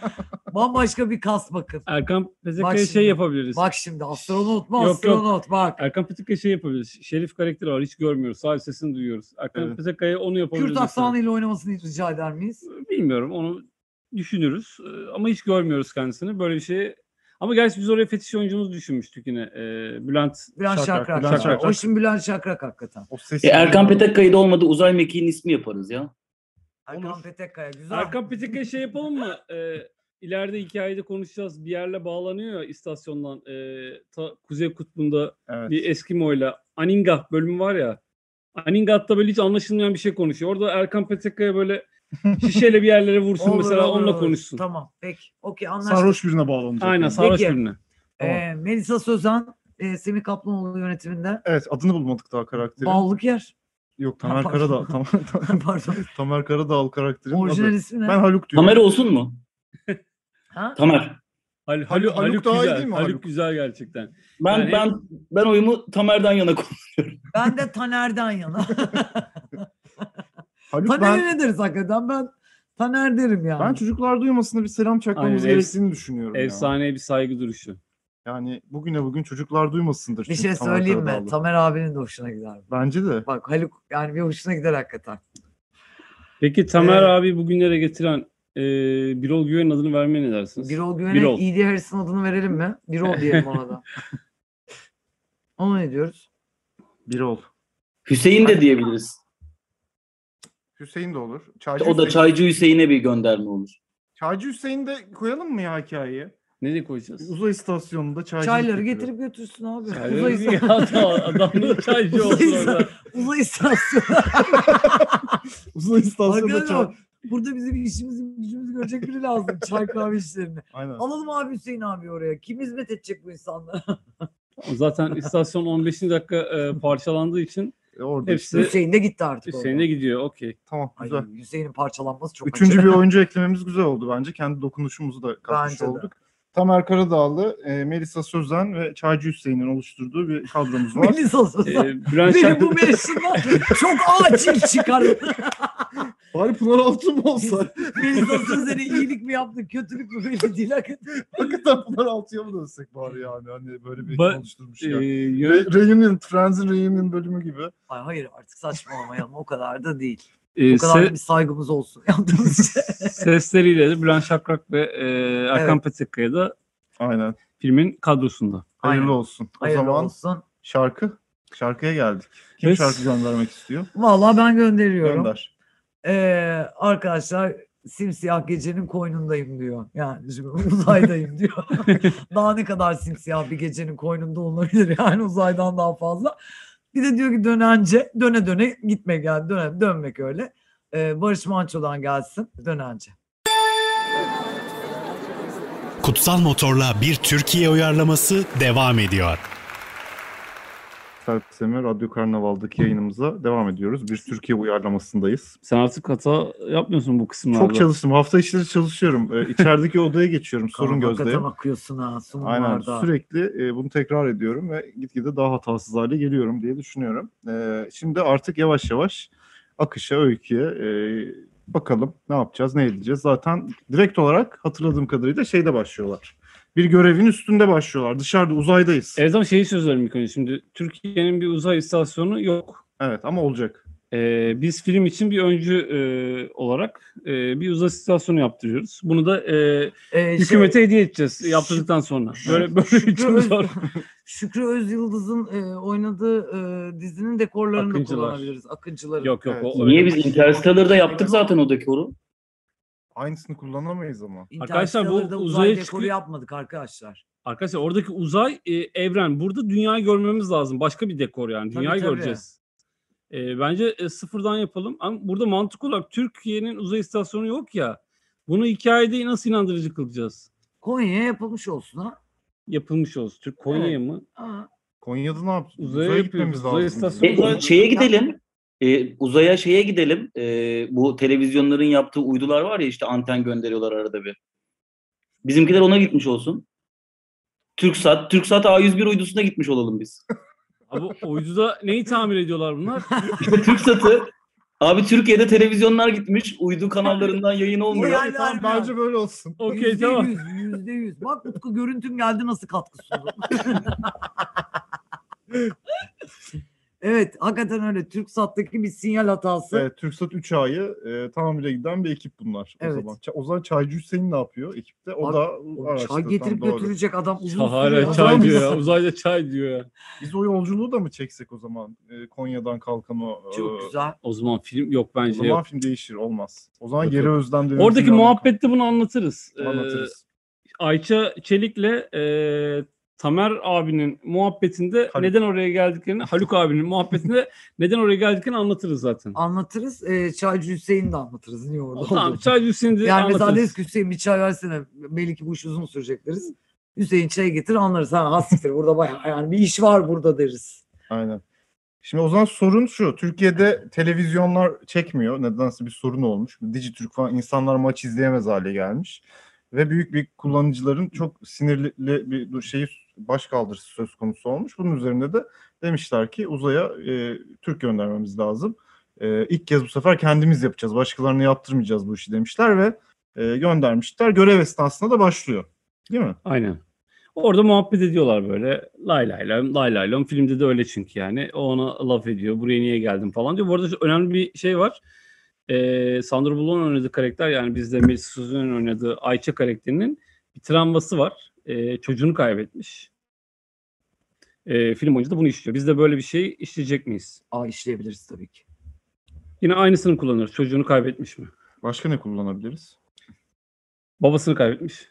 Speaker 5: Bambaşka bir kas bakın.
Speaker 4: Erkan
Speaker 5: Bak
Speaker 4: Petekkaya şey
Speaker 5: şimdi,
Speaker 4: yapabiliriz.
Speaker 5: Bak şimdi astronot mu
Speaker 4: Yok, yok.
Speaker 5: astronot bak.
Speaker 4: Erkan Petekkaya şey yapabiliriz. Şerif karakteri var. Hiç görmüyoruz. Sadece sesini duyuyoruz. Erkan
Speaker 2: Evet.
Speaker 4: Petekkaya onu yapabiliriz.
Speaker 5: Kürt
Speaker 4: mesela.
Speaker 5: aksanıyla oynamasını hiç rica eder miyiz?
Speaker 4: Bilmiyorum. Onu düşünürüz. Ee, Ama hiç görmüyoruz kendisini. Böyle bir şey. Ama gerçi biz oraya fetiş oyuncumuzu düşünmüştük yine. Ee, Bülent
Speaker 5: Bülent
Speaker 2: Şakrak,
Speaker 5: Şakrak.
Speaker 2: Bülent
Speaker 5: ya.
Speaker 2: Şakrak.
Speaker 5: O şimdi Bülent Şakrak hakikaten.
Speaker 2: O ses.
Speaker 6: E, Erkan Petekkaya'yı da olmadı uzay mekiğinin ismi yaparız ya.
Speaker 5: Erkan
Speaker 2: Olur.
Speaker 5: Petekkaya güzel.
Speaker 4: Erkan Petekkaya şey yapalım mı? Ee, ileride hikayede konuşacağız. Bir yerle bağlanıyor ya istasyondan. Ee, ta Kuzey Kutbu'nda
Speaker 2: Evet.
Speaker 4: bir Eskimo'yla Aningah bölümü var ya. Aningat'ta böyle hiç anlaşılmayan bir şey konuşuyor. Orada Erkan Petekkaya böyle şişeyle bir yerlere vursun
Speaker 5: Olur,
Speaker 4: mesela
Speaker 5: olur,
Speaker 4: onunla
Speaker 5: olur.
Speaker 4: konuşsun.
Speaker 5: Tamam peki. Okey anlaştık.
Speaker 2: Sarhoş birine bağlanacak.
Speaker 4: Aynen
Speaker 2: yani.
Speaker 4: sarhoş
Speaker 5: Peki.
Speaker 4: birine.
Speaker 2: tamam.
Speaker 5: Ee, Melisa Sözen, e, Semih Kaplanoğlu yönetiminde.
Speaker 2: Evet adını bulmadık daha karakteri.
Speaker 5: Ballık yer.
Speaker 2: Yok Tamer
Speaker 5: Pardon.
Speaker 2: Karadağ. Tamer,
Speaker 5: Pardon.
Speaker 2: Tamer Karadağlı karakterinin
Speaker 5: Orijinal
Speaker 2: adı.
Speaker 5: ismi ne?
Speaker 2: Ben Haluk diyorum.
Speaker 6: Tamer olsun mu?
Speaker 5: Ha?
Speaker 6: Tamer.
Speaker 4: Hal-
Speaker 2: Haluk-
Speaker 4: Haluk,
Speaker 2: Haluk daha iyi
Speaker 4: güzel.
Speaker 2: değil mi
Speaker 4: Haluk,
Speaker 2: Haluk?
Speaker 4: güzel gerçekten.
Speaker 6: Ben
Speaker 4: Yani-
Speaker 6: ben ben oyumu Tamer'den yana koydum.
Speaker 5: Ben de Taner'den yana.
Speaker 2: Haluk
Speaker 5: Taner'e
Speaker 2: ben,
Speaker 5: ne deriz hakikaten? Ben Taner derim yani.
Speaker 2: ben çocuklar duymasına bir selam çakmamız
Speaker 4: Aynen,
Speaker 2: gerektiğini düşünüyorum. ya.
Speaker 4: Efsane bir saygı duruşu.
Speaker 2: Yani bugüne bugün çocuklar duymasındır.
Speaker 5: Bir
Speaker 2: çünkü
Speaker 5: şey
Speaker 2: Tamer
Speaker 5: söyleyeyim mi?
Speaker 2: Karadağlı.
Speaker 5: Tamer abinin de hoşuna gider.
Speaker 2: Bence de.
Speaker 5: Bak Haluk yani bir hoşuna gider hakikaten.
Speaker 4: Peki Tamer
Speaker 5: Ee,
Speaker 4: abi bugünlere getiren e, Birol Güven'in adını vermeye ne dersiniz?
Speaker 5: Birol Güven'e
Speaker 4: Birol.
Speaker 5: E.D. Harrison adını verelim mi? Birol diyelim ona da. Ona ne diyoruz?
Speaker 2: Bir ol.
Speaker 6: Hüseyin de diyebiliriz.
Speaker 2: Hüseyin de olur. Çaycı,
Speaker 6: O da
Speaker 2: Hüseyin.
Speaker 6: Çaycı Hüseyin'e bir gönderme olur.
Speaker 2: Çaycı Hüseyin de koyalım mı ya hikayeye?
Speaker 4: Nereye koyacağız?
Speaker 2: Uzay istasyonunda çaycı
Speaker 5: Çayları getirip götürsün abi.
Speaker 4: Yani-
Speaker 5: Uzay,
Speaker 4: Ya
Speaker 5: istasyon-
Speaker 4: da- Adamın çaycı olsun
Speaker 5: Uzay-
Speaker 4: orada.
Speaker 5: uzay istasyonu.
Speaker 2: Uzay istasyonunda
Speaker 5: Arkadaşlar
Speaker 2: çay.
Speaker 5: bak, burada bizim işimizi gücümüzü görecek biri lazım. Çay kahve işlerini.
Speaker 2: Aynen.
Speaker 5: Alalım abi Hüseyin abi oraya. Kim hizmet edecek bu insanlara?
Speaker 4: Zaten istasyon 15. dakika e, parçalandığı için
Speaker 2: E, orada
Speaker 4: hepsi
Speaker 2: işte.
Speaker 5: Hüseyin de gitti artık.
Speaker 4: Hüseyin'e
Speaker 5: oradan.
Speaker 4: gidiyor. Okey.
Speaker 2: Tamam
Speaker 5: Ay,
Speaker 2: güzel.
Speaker 5: Hüseyin'in parçalanması çok
Speaker 2: Üçüncü
Speaker 5: acı.
Speaker 2: bir oyuncu eklememiz güzel oldu bence. Kendi dokunuşumuzu da katmış
Speaker 5: Bence de.
Speaker 2: olduk. Tamer Karadağlı, e, Melisa Sözen ve Çaycı Hüseyin'in oluşturduğu bir kadromuz var.
Speaker 5: Melisa Sözen.
Speaker 4: E, Bülent
Speaker 5: Benim
Speaker 4: Şakrak
Speaker 5: bu mevsimden çok acil çıkardı.
Speaker 2: Bari Pınar Altun mu olsa?
Speaker 5: Melisa Sözen'e iyilik mi yaptı, kötülük mü belli değil hakikaten.
Speaker 2: Hakikaten Pınar Altun'a mı dönsek bari yani? Hani böyle bir
Speaker 4: Ba-
Speaker 2: ekip oluşturmuş
Speaker 4: e,
Speaker 2: ya.
Speaker 4: yönet-
Speaker 2: Re- Reunion, Friends'in Reunion bölümü gibi.
Speaker 5: Ay hayır artık saçmalamayalım o kadar da değil.
Speaker 4: e,
Speaker 5: O kadar da
Speaker 4: se-
Speaker 5: bir saygımız olsun yaptığımız şey.
Speaker 4: sesleriyle de Bülent Şakrak ve e, Erkan Petekkaya da
Speaker 2: Aynen.
Speaker 4: filmin kadrosunda.
Speaker 2: Hayırlı
Speaker 5: Aynen.
Speaker 2: olsun. O
Speaker 5: Hayırlı
Speaker 2: zaman
Speaker 5: olsun.
Speaker 2: şarkı. Şarkıya geldik. Kim
Speaker 4: Biz-
Speaker 2: şarkı göndermek istiyor?
Speaker 5: Vallahi ben gönderiyorum.
Speaker 2: Gönder.
Speaker 5: Ee, arkadaşlar simsiyah gecenin koynundayım diyor. Yani şimdi uzaydayım diyor. daha ne kadar simsiyah bir gecenin koynunda olabilir yani uzaydan daha fazla. Bir de diyor ki dönence döne döne gitmek yani döne, dönmek öyle. Ee, Barış Manço'dan gelsin dönence.
Speaker 1: Kutsal Motor'la bir Türkiye uyarlaması devam ediyor.
Speaker 2: Sertsem'e Radyo Karnaval'daki yayınımıza devam ediyoruz. Bir Türkiye uyarlamasındayız.
Speaker 4: Sen artık hata yapmıyorsun bu kısımlarda.
Speaker 2: Çok çalıştım. Hafta içleri çalışıyorum. Ee, içerideki odaya geçiyorum. Sorun gözdeyim.
Speaker 5: Hakikaten akıyorsun ha
Speaker 2: Aynen.
Speaker 5: sunumlarda.
Speaker 2: Sürekli e, bunu tekrar ediyorum ve gitgide daha hatasız hale geliyorum diye düşünüyorum. Ee, şimdi artık yavaş yavaş akışa, öyküye e, bakalım ne yapacağız, ne edeceğiz. Zaten direkt olarak hatırladığım kadarıyla şeyde başlıyorlar. Bir görevin üstünde başlıyorlar. Dışarıda uzaydayız. Evet,
Speaker 4: Evet ama şeyi söylüyorum ilk önce. Şimdi Türkiye'nin bir uzay istasyonu yok.
Speaker 2: ama olacak.
Speaker 4: Ee, biz film için bir öncü e, olarak e, bir uzay istasyonu yaptırıyoruz. Bunu da e,
Speaker 5: Ee, şey-
Speaker 4: hükümete hediye edeceğiz yaptırdıktan sonra. Böyle böyle
Speaker 5: Şükrü
Speaker 4: üçümüz
Speaker 5: Öz-
Speaker 4: var.
Speaker 5: Şükrü Özyıldız'ın e, oynadığı e, dizinin dekorlarını da
Speaker 4: Akıncılar.
Speaker 5: kullanabiliriz. Akıncıları.
Speaker 4: Yok yok.
Speaker 2: Evet.
Speaker 4: O,
Speaker 6: Niye
Speaker 4: öyle-
Speaker 6: biz Interstellar'da yaptık zaten o dekoru?
Speaker 2: Aynısını kullanamayız ama.
Speaker 4: Arkadaşlar bu
Speaker 5: Interstellar'da uzay
Speaker 4: uzaya
Speaker 5: dekoru
Speaker 4: çıkıyor-
Speaker 5: yapmadık arkadaşlar.
Speaker 4: Arkadaşlar oradaki uzay e, evren. Burada dünyayı görmemiz lazım. Başka bir dekor yani.
Speaker 5: Tabii,
Speaker 4: Dünyayı
Speaker 5: tabii.
Speaker 4: göreceğiz. E, bence e, sıfırdan yapalım. Ama burada mantık olarak Türkiye'nin uzay istasyonu yok ya. Bunu hikayede nasıl inandırıcı kılacağız?
Speaker 5: Konya'ya yapılmış olsun ha.
Speaker 4: Yapılmış olsun. Türk Konya'ya mı?
Speaker 5: Aa,
Speaker 2: Konya'da ne yapacağız?
Speaker 4: Uzaya
Speaker 2: Uzaya
Speaker 4: yapıyoruz,
Speaker 2: gitmemiz
Speaker 4: uzay
Speaker 2: lazım.
Speaker 4: istasyonu.
Speaker 6: E,
Speaker 4: Uzay-
Speaker 6: şeye gidelim. E, uzaya şeye gidelim. E, bu televizyonların yaptığı uydular var ya işte anten gönderiyorlar arada bir. Bizimkiler ona gitmiş olsun. TürkSat, TürkSat A101 uydusuna gitmiş olalım biz.
Speaker 4: Abi uyduda neyi tamir ediyorlar bunlar?
Speaker 6: İşte TürkSat'ı Abi Türkiye'de televizyonlar gitmiş. Uydu kanallarından yayın olmuyor.
Speaker 5: Uyar-
Speaker 2: Yani tamam, bence böyle olsun.
Speaker 4: Okey
Speaker 5: yüzde
Speaker 4: tamam.
Speaker 5: yüz, yüzde yüz. Bak Utku görüntün geldi nasıl katkı sundu. evet hakikaten öyle. TürkSat'taki bir sinyal hatası.
Speaker 2: Evet, Türksat 3 ayı e, tamamıyla giden bir ekip bunlar
Speaker 5: Evet.
Speaker 2: o zaman. Ça- O zaman Çaycı Hüseyin ne yapıyor ekipte? O
Speaker 5: Abi,
Speaker 2: da
Speaker 5: Oğlum,
Speaker 2: araştırır,
Speaker 5: Çay
Speaker 2: tam
Speaker 5: getirip
Speaker 2: doğru.
Speaker 5: götürecek adam uzun
Speaker 4: Şahane
Speaker 5: sürüyor.
Speaker 4: çay
Speaker 5: Adam-
Speaker 4: diyor ya. Uzayda çay diyor ya.
Speaker 2: Biz o yolculuğu da mı çeksek o zaman? E, Konya'dan kalkan o.
Speaker 5: Çok
Speaker 2: e,
Speaker 5: güzel.
Speaker 4: O zaman film yok
Speaker 2: O
Speaker 4: bence.
Speaker 2: zaman
Speaker 4: Yok.
Speaker 2: film değişir olmaz. O zaman
Speaker 4: Yok,
Speaker 2: geri
Speaker 4: yok.
Speaker 2: özlem dönemi
Speaker 4: Oradaki
Speaker 2: filmi
Speaker 4: muhabbette bunu anlatırız. E,
Speaker 2: anlat- anlatırız.
Speaker 4: Ee, Ayça Çelik'le e, Tamer abinin muhabbetinde
Speaker 2: Haluk.
Speaker 4: neden oraya geldiklerini, Haluk abinin muhabbetinde neden oraya geldiklerini anlatırız zaten.
Speaker 5: Anlatırız. Ee, Çaycı Hüseyin'i de anlatırız. Niye orada
Speaker 4: Tamam,
Speaker 5: olduğunu.
Speaker 4: çay Hüseyin'i de
Speaker 5: Yani mesela deriz
Speaker 4: anlatırız.
Speaker 5: ki Hüseyin bir çay versene. Belki bu iş uzun sürecek deriz. Hüseyin çay getir anlarız. Ha hastiktir burada bayağı yani bir iş var burada deriz.
Speaker 2: Aynen. Şimdi o zaman sorun şu. Türkiye'de televizyonlar çekmiyor. Nedense bir sorun olmuş. Dijitürk falan insanlar maç izleyemez hale gelmiş. Ve büyük bir kullanıcıların çok sinirli bir du- şeyi başkaldırısı söz konusu olmuş. Bunun üzerinde de demişler ki uzaya e, Türk göndermemiz lazım. E, ilk kez bu sefer kendimiz yapacağız. Başkalarına yaptırmayacağız bu işi demişler ve e, göndermişler. Görev esnasında da başlıyor. Değil mi?
Speaker 4: Aynen. Orada muhabbet ediyorlar böyle. Lay lay lay lay lay lom. Filmde de öyle çünkü yani. O ona laf ediyor. Buraya niye geldin falan diyor. Bu arada şu- önemli bir şey var. Ee, Sandra Bullock'un oynadığı karakter yani bizde Melis Suzu'nun oynadığı Ayça karakterinin bir travması var. Ee, çocuğunu kaybetmiş. Ee, film oyuncu da bunu işliyor. Biz de böyle bir şey işleyecek miyiz?
Speaker 5: Aa işleyebiliriz tabii ki.
Speaker 4: Yine aynısını kullanırız. Çocuğunu kaybetmiş mi?
Speaker 2: Başka ne kullanabiliriz?
Speaker 4: Babasını kaybetmiş.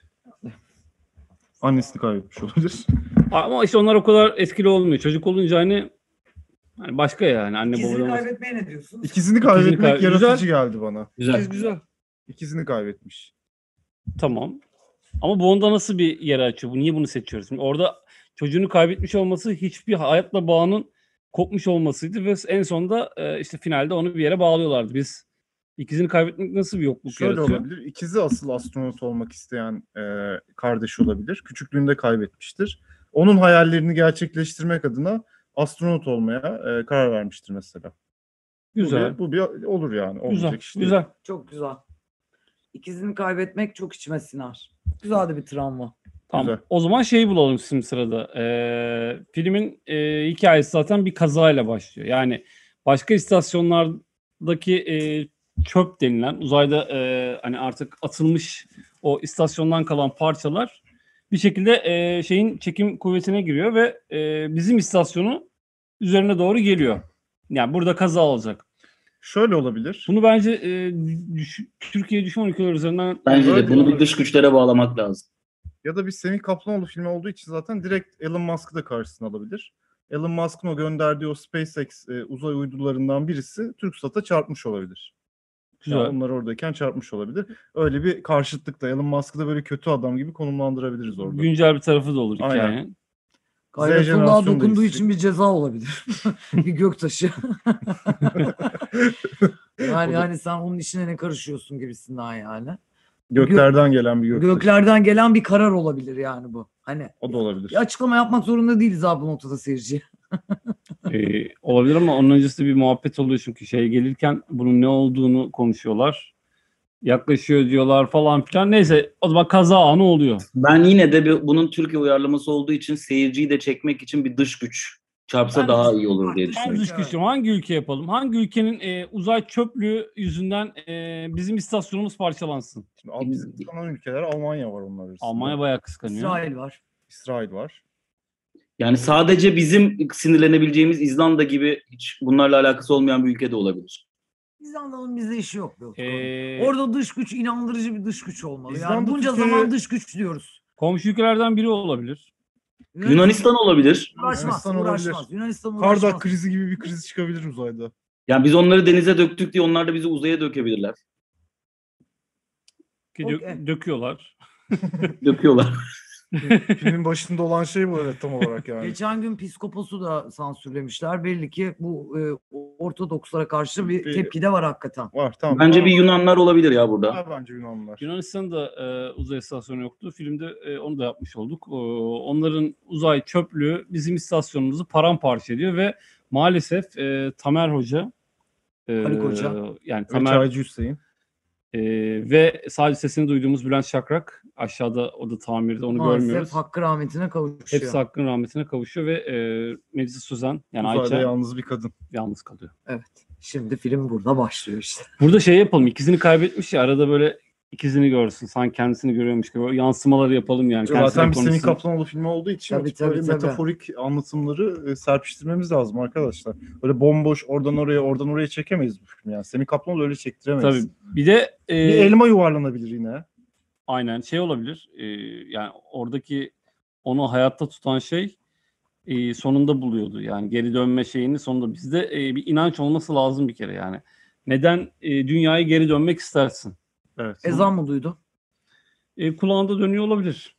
Speaker 2: Annesini kaybetmiş olabilir.
Speaker 4: Ama işte onlar o kadar etkili olmuyor. Çocuk olunca hani, hani başka yani. Anne
Speaker 5: İkizini
Speaker 4: babadan.
Speaker 5: kaybetmeye ne diyorsunuz?
Speaker 2: İkizini kaybetmek
Speaker 4: kay-
Speaker 2: yaratıcı
Speaker 4: Güzel.
Speaker 2: geldi bana.
Speaker 6: Güzel.
Speaker 4: güzel.
Speaker 2: İkizini kaybetmiş.
Speaker 4: Tamam. Ama bu onda nasıl bir yer açıyor? Bu niye bunu seçiyoruz? Şimdi orada çocuğunu kaybetmiş olması hiçbir hayatla bağının kopmuş olmasıydı ve en sonunda e, işte finalde onu bir yere bağlıyorlardı. Biz ikizini kaybetmek nasıl bir yokluk
Speaker 2: Şöyle
Speaker 4: yaratıyor?
Speaker 2: olabilir. İkizi asıl astronot olmak isteyen e, kardeşi olabilir. Küçüklüğünde kaybetmiştir. Onun hayallerini gerçekleştirmek adına astronot olmaya e, karar vermiştir mesela.
Speaker 4: Güzel.
Speaker 2: Bu bir, bu bir olur yani. Olmayacak
Speaker 4: Güzel.
Speaker 2: iş değil.
Speaker 4: Güzel.
Speaker 5: Çok güzel. İkizini kaybetmek çok içime siner. Güzel de bir travma.
Speaker 4: Tamam.
Speaker 2: Güzel.
Speaker 4: O zaman şeyi bulalım şimdi sırada. Ee, filmin e, hikayesi zaten bir kazayla başlıyor. Yani başka istasyonlardaki e, çöp denilen uzayda e, hani artık atılmış o istasyondan kalan parçalar bir şekilde e, şeyin çekim kuvvetine giriyor ve e, bizim istasyonu üzerine doğru geliyor. Yani burada kaza olacak.
Speaker 2: Şöyle olabilir.
Speaker 4: Bunu bence e, düş- Türkiye düşman ülkeler üzerinden
Speaker 6: Bence de
Speaker 2: Öyle
Speaker 6: bunu bir
Speaker 2: olur.
Speaker 6: dış güçlere bağlamak lazım.
Speaker 2: Ya da bir Semih Kaplanoğlu filmi olduğu için zaten direkt Elon Musk'ı da karşısına alabilir. Elon Musk'ın o gönderdiği o SpaceX e, uzay uydularından birisi TürkSat'a çarpmış olabilir. Yani
Speaker 4: Güzel.
Speaker 2: onlar oradayken çarpmış olabilir. Öyle bir karşıtlık da Elon Musk'ı da böyle kötü adam gibi konumlandırabiliriz orada.
Speaker 4: güncel bir tarafı da olur
Speaker 2: Aynen.
Speaker 4: hikayenin.
Speaker 5: Gayretullah
Speaker 2: jenerasyon da
Speaker 5: dokunduğu
Speaker 2: eksik.
Speaker 5: için bir ceza olabilir. bir göktaşı. yani hani sen onun işine ne karışıyorsun gibisinden yani.
Speaker 2: Göklerden gelen bir göktaşı.
Speaker 5: Göklerden gelen bir karar olabilir yani bu. Hani
Speaker 2: O da olabilir.
Speaker 5: bir açıklama yapmak zorunda değiliz abi bu noktada seyirciye.
Speaker 4: Ee, olabilir ama onun öncesinde bir muhabbet oluyor çünkü şey gelirken bunun ne olduğunu konuşuyorlar. Yaklaşıyor diyorlar falan filan. Neyse o zaman kaza anı oluyor.
Speaker 6: Ben yine de bir, bunun Türkiye uyarlaması olduğu için seyirciyi de çekmek için bir dış güç çarpsa
Speaker 5: Ben-
Speaker 6: daha iyi olur diye
Speaker 5: Ben-
Speaker 4: Ben
Speaker 6: düşünüyorum.
Speaker 4: dış güçlüm. Hangi ülke yapalım? Hangi ülkenin e, uzay çöplüğü yüzünden e, bizim istasyonumuz parçalansın?
Speaker 2: Şimdi Al- bizim kalan ülkeler Almanya var onlar arasında.
Speaker 4: Almanya bayağı kıskanıyor.
Speaker 5: İsrail var.
Speaker 2: İsrail var.
Speaker 6: Yani sadece bizim sinirlenebileceğimiz İzlanda gibi hiç bunlarla alakası olmayan bir ülke de olabilir.
Speaker 5: İzlanda'nın bizde işi yok. yok.
Speaker 4: Ee,
Speaker 5: Orada dış güç inandırıcı bir dış güç olmalı. yani
Speaker 2: İzlanda
Speaker 5: bunca
Speaker 2: Türkiye'ye-
Speaker 5: zaman dış güç diyoruz.
Speaker 4: komşu ülkelerden biri olabilir.
Speaker 6: Yunanistan olabilir.
Speaker 5: uğraşmaz,
Speaker 2: Yunanistan olabilir.
Speaker 5: uğraşmaz. Yunanistan uğraşmaz.
Speaker 2: Kardak krizi gibi bir kriz çıkabilir uzayda.
Speaker 6: Yani biz onları denize döktük diye onlar da bizi uzaya dökebilirler.
Speaker 4: Ki dö-
Speaker 5: Okey.
Speaker 4: döküyorlar.
Speaker 6: Döküyorlar.
Speaker 2: Filmin başında olan şey bu evet tam olarak yani.
Speaker 5: Geçen gün Piskopos'u da sansürlemişler. Belli ki bu e, Ortodokslara karşı bir
Speaker 2: Bir-
Speaker 5: tepki de var hakikaten.
Speaker 2: Var tamam.
Speaker 6: Bence bir
Speaker 2: Var-
Speaker 6: Yunanlar olabilir ya burada.
Speaker 2: var bence Yunanlılar.
Speaker 4: Yunanistan'da e, uzay istasyonu yoktu. Filmde e, onu da yapmış olduk. E, onların uzay çöplüğü bizim istasyonumuzu paramparça ediyor ve maalesef e, Tamer Hoca e,
Speaker 5: Haluk Hoca.
Speaker 4: yani
Speaker 2: Ve
Speaker 4: Tamer
Speaker 2: Çaycı Hüseyin.
Speaker 4: e, ve sadece sesini duyduğumuz Bülent Şakrak aşağıda o da tamirde onu görmüyoruz.
Speaker 5: Maalesef hakkı rahmetine kavuşuyor.
Speaker 4: Hepsi hakkın rahmetine kavuşuyor ve e, Meclis Sözen yani
Speaker 2: Uzayda
Speaker 4: Ayça
Speaker 2: yalnız bir kadın.
Speaker 4: yalnız kalıyor.
Speaker 5: Şimdi film burada başlıyor işte.
Speaker 4: Burada şey yapalım ikizini kaybetmiş ya arada böyle ikizini görsün sanki kendisini görüyormuş gibi Böyle yansımaları yapalım yani.
Speaker 2: Zaten bir
Speaker 4: kendisiyle
Speaker 2: Semih
Speaker 4: konuşsun.
Speaker 2: Kaplanoğlu filmi olduğu için
Speaker 5: Tabii,
Speaker 2: o tip
Speaker 5: tabii,
Speaker 2: böyle
Speaker 5: tabii.
Speaker 2: metaforik anlatımları e, serpiştirmemiz lazım arkadaşlar. Böyle bomboş oradan oraya oradan oraya çekemeyiz bu filmi yani. Semih Kaplanoğlu öyle
Speaker 4: Tabii
Speaker 2: çektiremeyiz.
Speaker 4: bir de e,
Speaker 2: Bir elma yuvarlanabilir yine.
Speaker 4: aynen şey olabilir e, yani oradaki onu hayatta tutan şey e, sonunda buluyordu yani geri dönme şeyini sonunda bizde e, bir inanç olması lazım bir kere yani. Neden e, dünyaya geri dönmek istersin?
Speaker 2: Evet.
Speaker 5: Ezan mı duydun?
Speaker 4: E, kulağında dönüyor olabilir.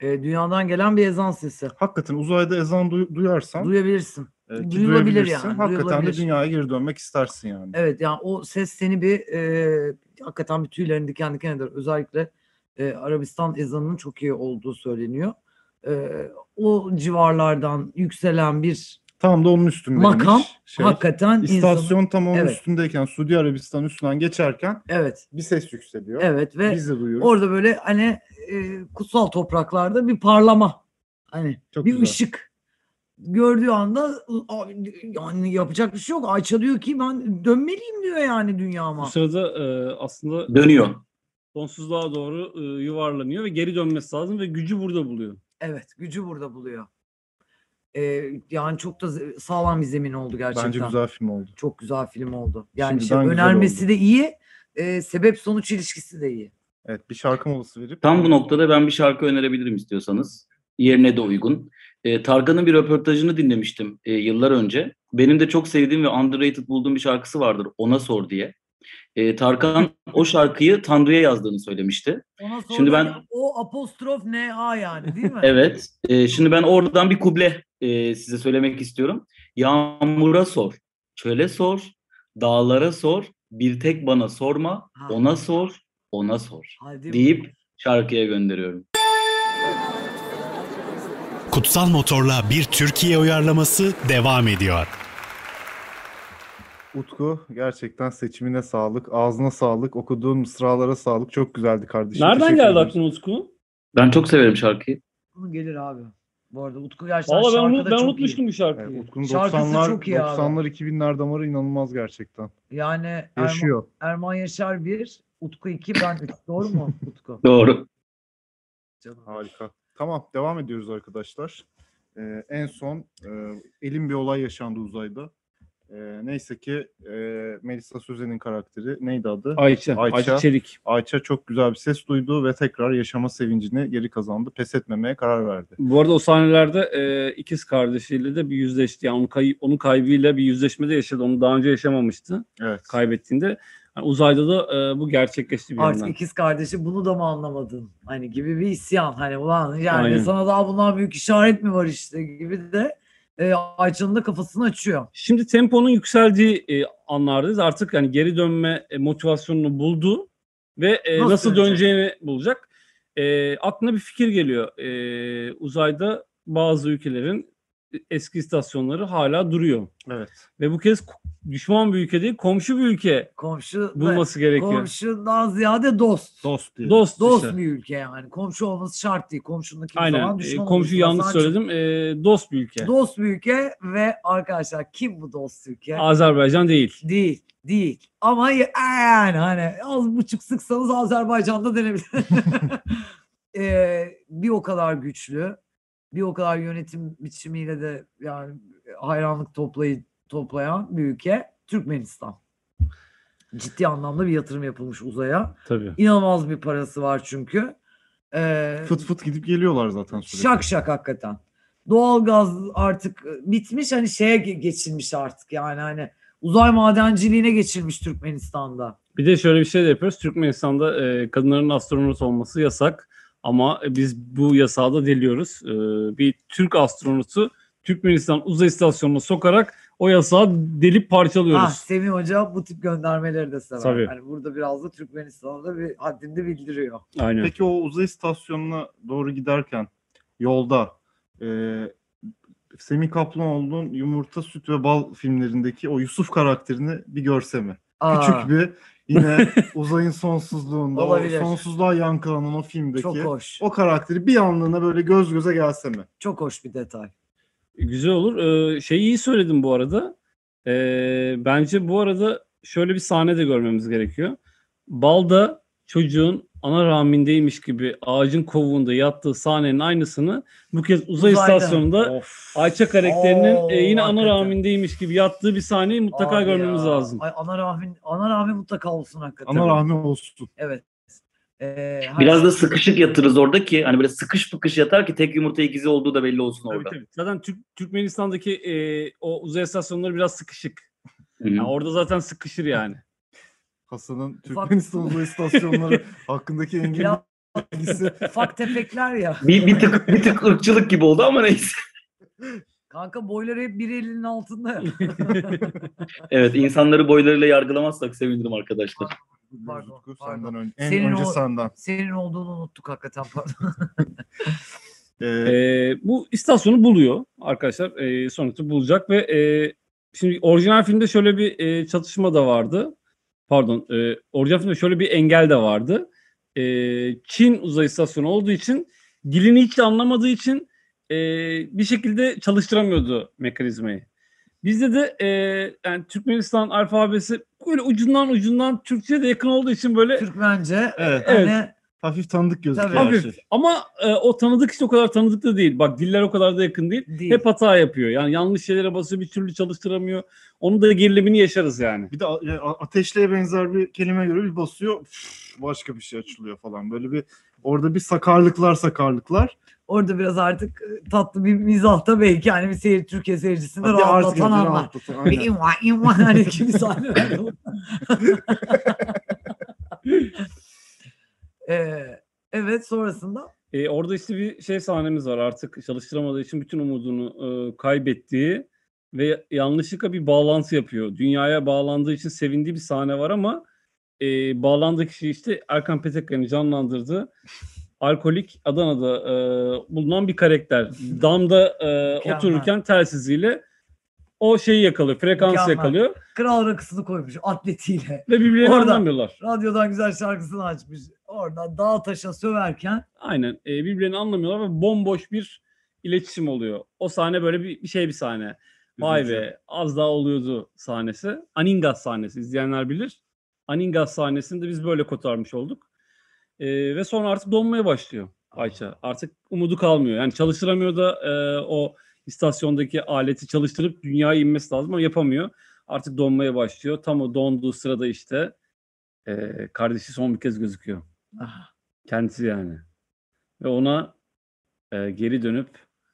Speaker 5: E, dünyadan gelen bir ezan sesi.
Speaker 2: Hakikaten uzayda ezan duy- duyarsan
Speaker 5: Duyabilirsin.
Speaker 2: e, ki
Speaker 5: duyulabilir
Speaker 2: duyabilirsin,
Speaker 5: yani,
Speaker 2: Hakikaten de
Speaker 5: duyulabilir.
Speaker 2: dünyaya geri dönmek istersin yani.
Speaker 5: Evet yani o ses seni bir e, hakikaten bir tüylerini diken diken eder. Özellikle e, Arabistan ezanının çok iyi olduğu söyleniyor. E, o civarlardan yükselen bir
Speaker 2: Tam da onun üstündeymiş.
Speaker 5: Makam,
Speaker 2: şey.
Speaker 5: hakikaten insanın...
Speaker 2: İstasyon tam onun
Speaker 5: Evet.
Speaker 2: üstündeyken Suudi Arabistan üstünden geçerken
Speaker 5: Evet.
Speaker 2: bir ses yükseliyor.
Speaker 5: Evet ve
Speaker 2: Biz de duyuyoruz.
Speaker 5: orada böyle hani e, kutsal topraklarda bir parlama. Hani
Speaker 2: Çok
Speaker 5: bir
Speaker 2: güzel.
Speaker 5: ışık gördüğü anda "A- yani yapacak bir şey yok. Ayça diyor ki ben dönmeliyim diyor yani
Speaker 4: Bu
Speaker 5: dünyama.
Speaker 4: sırada e, aslında
Speaker 6: Dönüyor.
Speaker 4: sonsuzluğa doğru e, yuvarlanıyor ve geri dönmesi lazım ve gücü burada buluyor.
Speaker 5: Evet gücü burada buluyor. Ee, yani çok da ze- sağlam bir zemin oldu gerçekten.
Speaker 2: Bence güzel film oldu.
Speaker 5: Çok güzel film oldu. Yani şey,
Speaker 2: Şimdiden güzel
Speaker 5: önermesi
Speaker 2: oldu.
Speaker 5: de iyi. e, sebep sonuç ilişkisi de iyi.
Speaker 2: Evet bir şarkı molası verip
Speaker 6: Tam bu noktada ben bir şarkı önerebilirim istiyorsanız. Yerine de uygun. Ee, Tarkan'ın bir röportajını dinlemiştim e, yıllar önce. Benim de çok sevdiğim ve underrated bulduğum bir şarkısı vardır. Ona sor diye. Ee, Tarkan o şarkıyı Tanrı'ya yazdığını söylemişti.
Speaker 5: Ona sonra
Speaker 6: Şimdi ben-
Speaker 5: da o apostrof ne a yani değil mi?
Speaker 6: Evet. e, şimdi ben oradan bir kuble e, size söylemek istiyorum. Yağmura sor, çöle sor, dağlara sor, bir tek bana sorma,
Speaker 5: Ha.
Speaker 6: ona sor, ona sor
Speaker 5: Hadi
Speaker 6: deyip şarkıya gönderiyorum.
Speaker 1: Kutsal Motor'la bir Türkiye uyarlaması devam ediyor.
Speaker 2: Utku gerçekten seçimine sağlık, ağzına sağlık, okuduğun mısralara sağlık. Çok güzeldi kardeşim.
Speaker 4: Nereden
Speaker 2: Teşekkür
Speaker 4: geldi
Speaker 2: ederim.
Speaker 4: aklına Utku?
Speaker 6: Ben çok severim şarkıyı.
Speaker 5: bunu gelir abi. Bu arada Utku gerçekten
Speaker 4: Valla ben,
Speaker 5: şarkıda
Speaker 4: unut- ben
Speaker 5: çok iyi.
Speaker 4: unutmuştum bu şarkıyı.
Speaker 2: Evet, Utku'nun
Speaker 5: Şarkısı
Speaker 2: 90'lar,
Speaker 5: çok iyi abi.
Speaker 2: 90'lar 2000'ler damarı inanılmaz gerçekten.
Speaker 5: Yani Erman-
Speaker 2: Yaşıyor.
Speaker 5: Erman Yaşar 1, Utku 2, ben 3. Doğru mu Utku?
Speaker 6: Doğru.
Speaker 5: Canım.
Speaker 2: Harika. Tamam devam ediyoruz arkadaşlar. Ee, en son e, elin bir olay yaşandı uzayda. Ee, neyse ki e, Melisa Sözen'in karakteri neydi adı?
Speaker 4: Ayça, Ayça,
Speaker 2: Ayça.
Speaker 4: Çelik.
Speaker 2: Ayça çok güzel bir ses duydu ve tekrar yaşama sevincini geri kazandı. Pes etmemeye karar verdi.
Speaker 4: Bu arada o sahnelerde e, ikiz kardeşiyle de bir yüzleşti. Yani onun, kay- onun kaybıyla bir yüzleşmede yaşadı. Onu daha önce yaşamamıştı
Speaker 2: Evet.
Speaker 4: kaybettiğinde. Yani Yani uzayda da e, bu gerçekleşti bir
Speaker 5: Artık
Speaker 4: yandan.
Speaker 5: ikiz kardeşi bunu da mı anlamadın? Hani gibi bir isyan. Hani ulan yani
Speaker 4: Aynen.
Speaker 5: sana daha bundan büyük işaret mi var işte gibi de e, Ayça'nın da kafasını açıyor.
Speaker 4: Şimdi temponun yükseldiği e, anlardayız. Artık yani geri dönme e, motivasyonunu buldu ve e,
Speaker 5: Nasıl
Speaker 4: nasıl,
Speaker 5: dönecek?
Speaker 4: döneceğini bulacak. E, aklına bir fikir geliyor. E, uzayda bazı ülkelerin e, eski istasyonları hala duruyor.
Speaker 2: Evet.
Speaker 4: Ve bu kez k- düşman bir ülke değil, komşu bir ülke
Speaker 5: Komşu
Speaker 4: bulması gerekiyor.
Speaker 5: komşudan ziyade dost.
Speaker 2: Dost diye.
Speaker 4: Dost,
Speaker 5: Dost
Speaker 4: işte.
Speaker 5: bir ülke yani. Komşu olması şart değil. Komşundaki
Speaker 4: Aynen.
Speaker 5: zaman
Speaker 4: E,
Speaker 5: düşman
Speaker 4: komşu
Speaker 5: olursa
Speaker 4: yanlış
Speaker 5: sana
Speaker 4: söyledim. E, dost bir ülke.
Speaker 5: çok- Dost bir ülke ve arkadaşlar kim bu dost ülke?
Speaker 4: Azerbaycan değil.
Speaker 5: Değil. Değil. Ama y- yani hani az buçuk sıksanız Azerbaycan'da denebilir. Ee, bir o kadar güçlü. Bir o kadar yönetim biçimiyle de yani hayranlık toplayı, toplayan bir ülke Türkmenistan. Ciddi anlamda bir yatırım yapılmış uzaya.
Speaker 4: Tabii.
Speaker 5: İnanılmaz bir parası var çünkü. Ee,
Speaker 2: Fıt fıt gidip geliyorlar zaten sürekli.
Speaker 5: Şak şak hakikaten. Doğalgaz artık bitmiş hani şeye ge- geçilmiş artık yani hani uzay madenciliğine geçilmiş Türkmenistan'da.
Speaker 4: Bir de şöyle bir şey de yapıyoruz. Türkmenistan'da e, kadınların astronot olması yasak. Ama biz bu yasağı da deliyoruz. E, bir Türk astronotu Türkmenistan uzay istasyonuna sokarak o yasağı delip
Speaker 5: Ah
Speaker 4: parçalıyoruz.
Speaker 5: Semih Hoca bu tip göndermeleri de sever.
Speaker 4: Tabii.
Speaker 5: Hani burada biraz da Türkmenistan'da bir haddinde bildiriyor.
Speaker 4: Aynen.
Speaker 2: Peki o uzay istasyonuna doğru giderken yolda e, Semih Kaplanoğlu'nun Yumurta, Süt ve Bal filmlerindeki o Yusuf karakterini bir görse mi?
Speaker 5: Aa,
Speaker 2: Küçük bir yine uzayın sonsuzluğunda, o
Speaker 5: Olabilir.
Speaker 2: sonsuzluğa yankılanan o filmdeki
Speaker 5: çok hoş.
Speaker 2: o karakteri bir anlığına böyle göz göze gelse mi?
Speaker 5: Çok hoş bir detay.
Speaker 4: Güzel olur. Ee, şeyi iyi söyledin bu arada. Ee, bence bu arada şöyle bir sahne de görmemiz gerekiyor. Balda çocuğun ana rahmindeymiş gibi ağacın kovuğunda yattığı sahnenin aynısını bu kez uzay
Speaker 5: Uzayda.
Speaker 4: istasyonunda
Speaker 2: Of.
Speaker 4: Ayça karakterinin
Speaker 5: Oo,
Speaker 4: e, yine ana
Speaker 5: hakikaten.
Speaker 4: rahmindeymiş gibi yattığı bir sahneyi mutlaka
Speaker 5: Abi
Speaker 4: görmemiz
Speaker 5: ya.
Speaker 4: lazım.
Speaker 5: Ay, ana rahmin ana rahmin mutlaka olsun hakikaten.
Speaker 2: Ana rahmi olsun.
Speaker 5: Evet. Ee, hani-
Speaker 6: Biraz da sıkışık yatırız orada ki hani böyle sıkış fıkış yatar ki tek yumurta ikizi olduğu da belli olsun
Speaker 4: Tabii,
Speaker 6: orada.
Speaker 4: tabii. Zaten Türk, Türkmenistan'daki e, o uzay istasyonları biraz sıkışık.
Speaker 6: Hı hı.
Speaker 4: Yani orada zaten sıkışır yani.
Speaker 2: Hasan'ın Türkmenistan uzay istasyonları hakkındaki engin
Speaker 5: biraz
Speaker 2: bilgisi.
Speaker 5: ufak tefekler ya.
Speaker 6: Bir, bir tık bir tık ırkçılık gibi oldu ama neyse.
Speaker 5: Kanka boyları hep bir elinin altında.
Speaker 6: Evet insanları boylarıyla yargılamazsak sevinirim arkadaşlar.
Speaker 5: pardon,
Speaker 2: Zutku,
Speaker 5: pardon.
Speaker 2: Senden önce, en
Speaker 5: Senin
Speaker 2: önce
Speaker 5: o-
Speaker 2: senden.
Speaker 5: Senin olduğunu unuttuk hakikaten pardon.
Speaker 2: Ee,
Speaker 4: Ee, bu istasyonu buluyor arkadaşlar. Ee, sonuçta bulacak ve e, şimdi orijinal filmde şöyle bir e, çatışma da vardı. Pardon, e, orijinal filmde şöyle bir engel de vardı. E, Çin uzay istasyonu olduğu için dilini hiç anlamadığı için e, bir şekilde çalıştıramıyordu mekanizmayı. Bizde de e, yani Türkmenistan alfabesi böyle ucundan ucundan Türkçe'ye de yakın olduğu için böyle
Speaker 5: Türkmence.
Speaker 2: Evet.
Speaker 5: Hani
Speaker 2: Hafif tanıdık gözüküyor
Speaker 5: Tabii.
Speaker 2: her
Speaker 4: hafif.
Speaker 2: şey.
Speaker 4: Ama e, o tanıdık işte o kadar tanıdık da değil. Bak diller o kadar da yakın değil.
Speaker 5: Değil.
Speaker 4: Hep hata yapıyor. Yani yanlış şeylere basıyor bir türlü çalıştıramıyor. Onun da gerilimini yaşarız yani.
Speaker 2: Bir de a- ya, a- ateşliğe benzer bir kelime göre bir basıyor üf, başka bir şey açılıyor falan. Böyle bir orada bir sakarlıklar sakarlıklar.
Speaker 5: orada biraz artık e, tatlı bir mizahta belki hani bir seyir Türkiye seyircisini
Speaker 2: Hadi artık
Speaker 5: rahatlatan
Speaker 2: hadi
Speaker 5: anlar.
Speaker 2: rahatlatın,
Speaker 5: Bir
Speaker 2: aynen.
Speaker 5: imva imva hani gibi sahneler. de olur. Ee, evet sonrasında
Speaker 4: E, orada işte bir şey sahnemiz var artık çalıştıramadığı için bütün umudunu e, kaybettiği ve yanlışlıkla bir bağlantı yapıyor. Dünyaya bağlandığı için sevindiği bir sahne var ama e, bağlandığı kişi işte Erkan Petekkan'ı canlandırdı. Alkolik Adana'da e, bulunan bir karakter. Damda e,
Speaker 5: Mükemmel.
Speaker 4: otururken telsiziyle o şeyi yakalıyor, frekansı
Speaker 5: Mükemmel.
Speaker 4: yakalıyor
Speaker 5: kral rakısını koymuş atletiyle.
Speaker 4: ve birbirlerini
Speaker 5: Orada.
Speaker 4: anlamıyorlar.
Speaker 5: Radyodan güzel şarkısını açmış. Oradan dağ taşa söverken
Speaker 4: Aynen. E, birbirlerini anlamıyorlar ve bomboş bir iletişim oluyor. O sahne böyle bir, bir şey bir sahne. Vay
Speaker 2: Üzücü.
Speaker 4: be az daha oluyordu sahnesi. Aningas sahnesi izleyenler bilir. Aningas sahnesini de biz böyle kotarmış olduk. E, ve sonra artık donmaya başlıyor Ayça. Artık umudu kalmıyor. Yani çalıştıramıyor da e, o istasyondaki aleti çalıştırıp dünyaya inmesi lazım ama yapamıyor. Artık donmaya başlıyor. Tam o donduğu sırada işte e, kardeşi son bir kez gözüküyor.
Speaker 5: Ah.
Speaker 4: Kendisi yani. Ve ona e, geri dönüp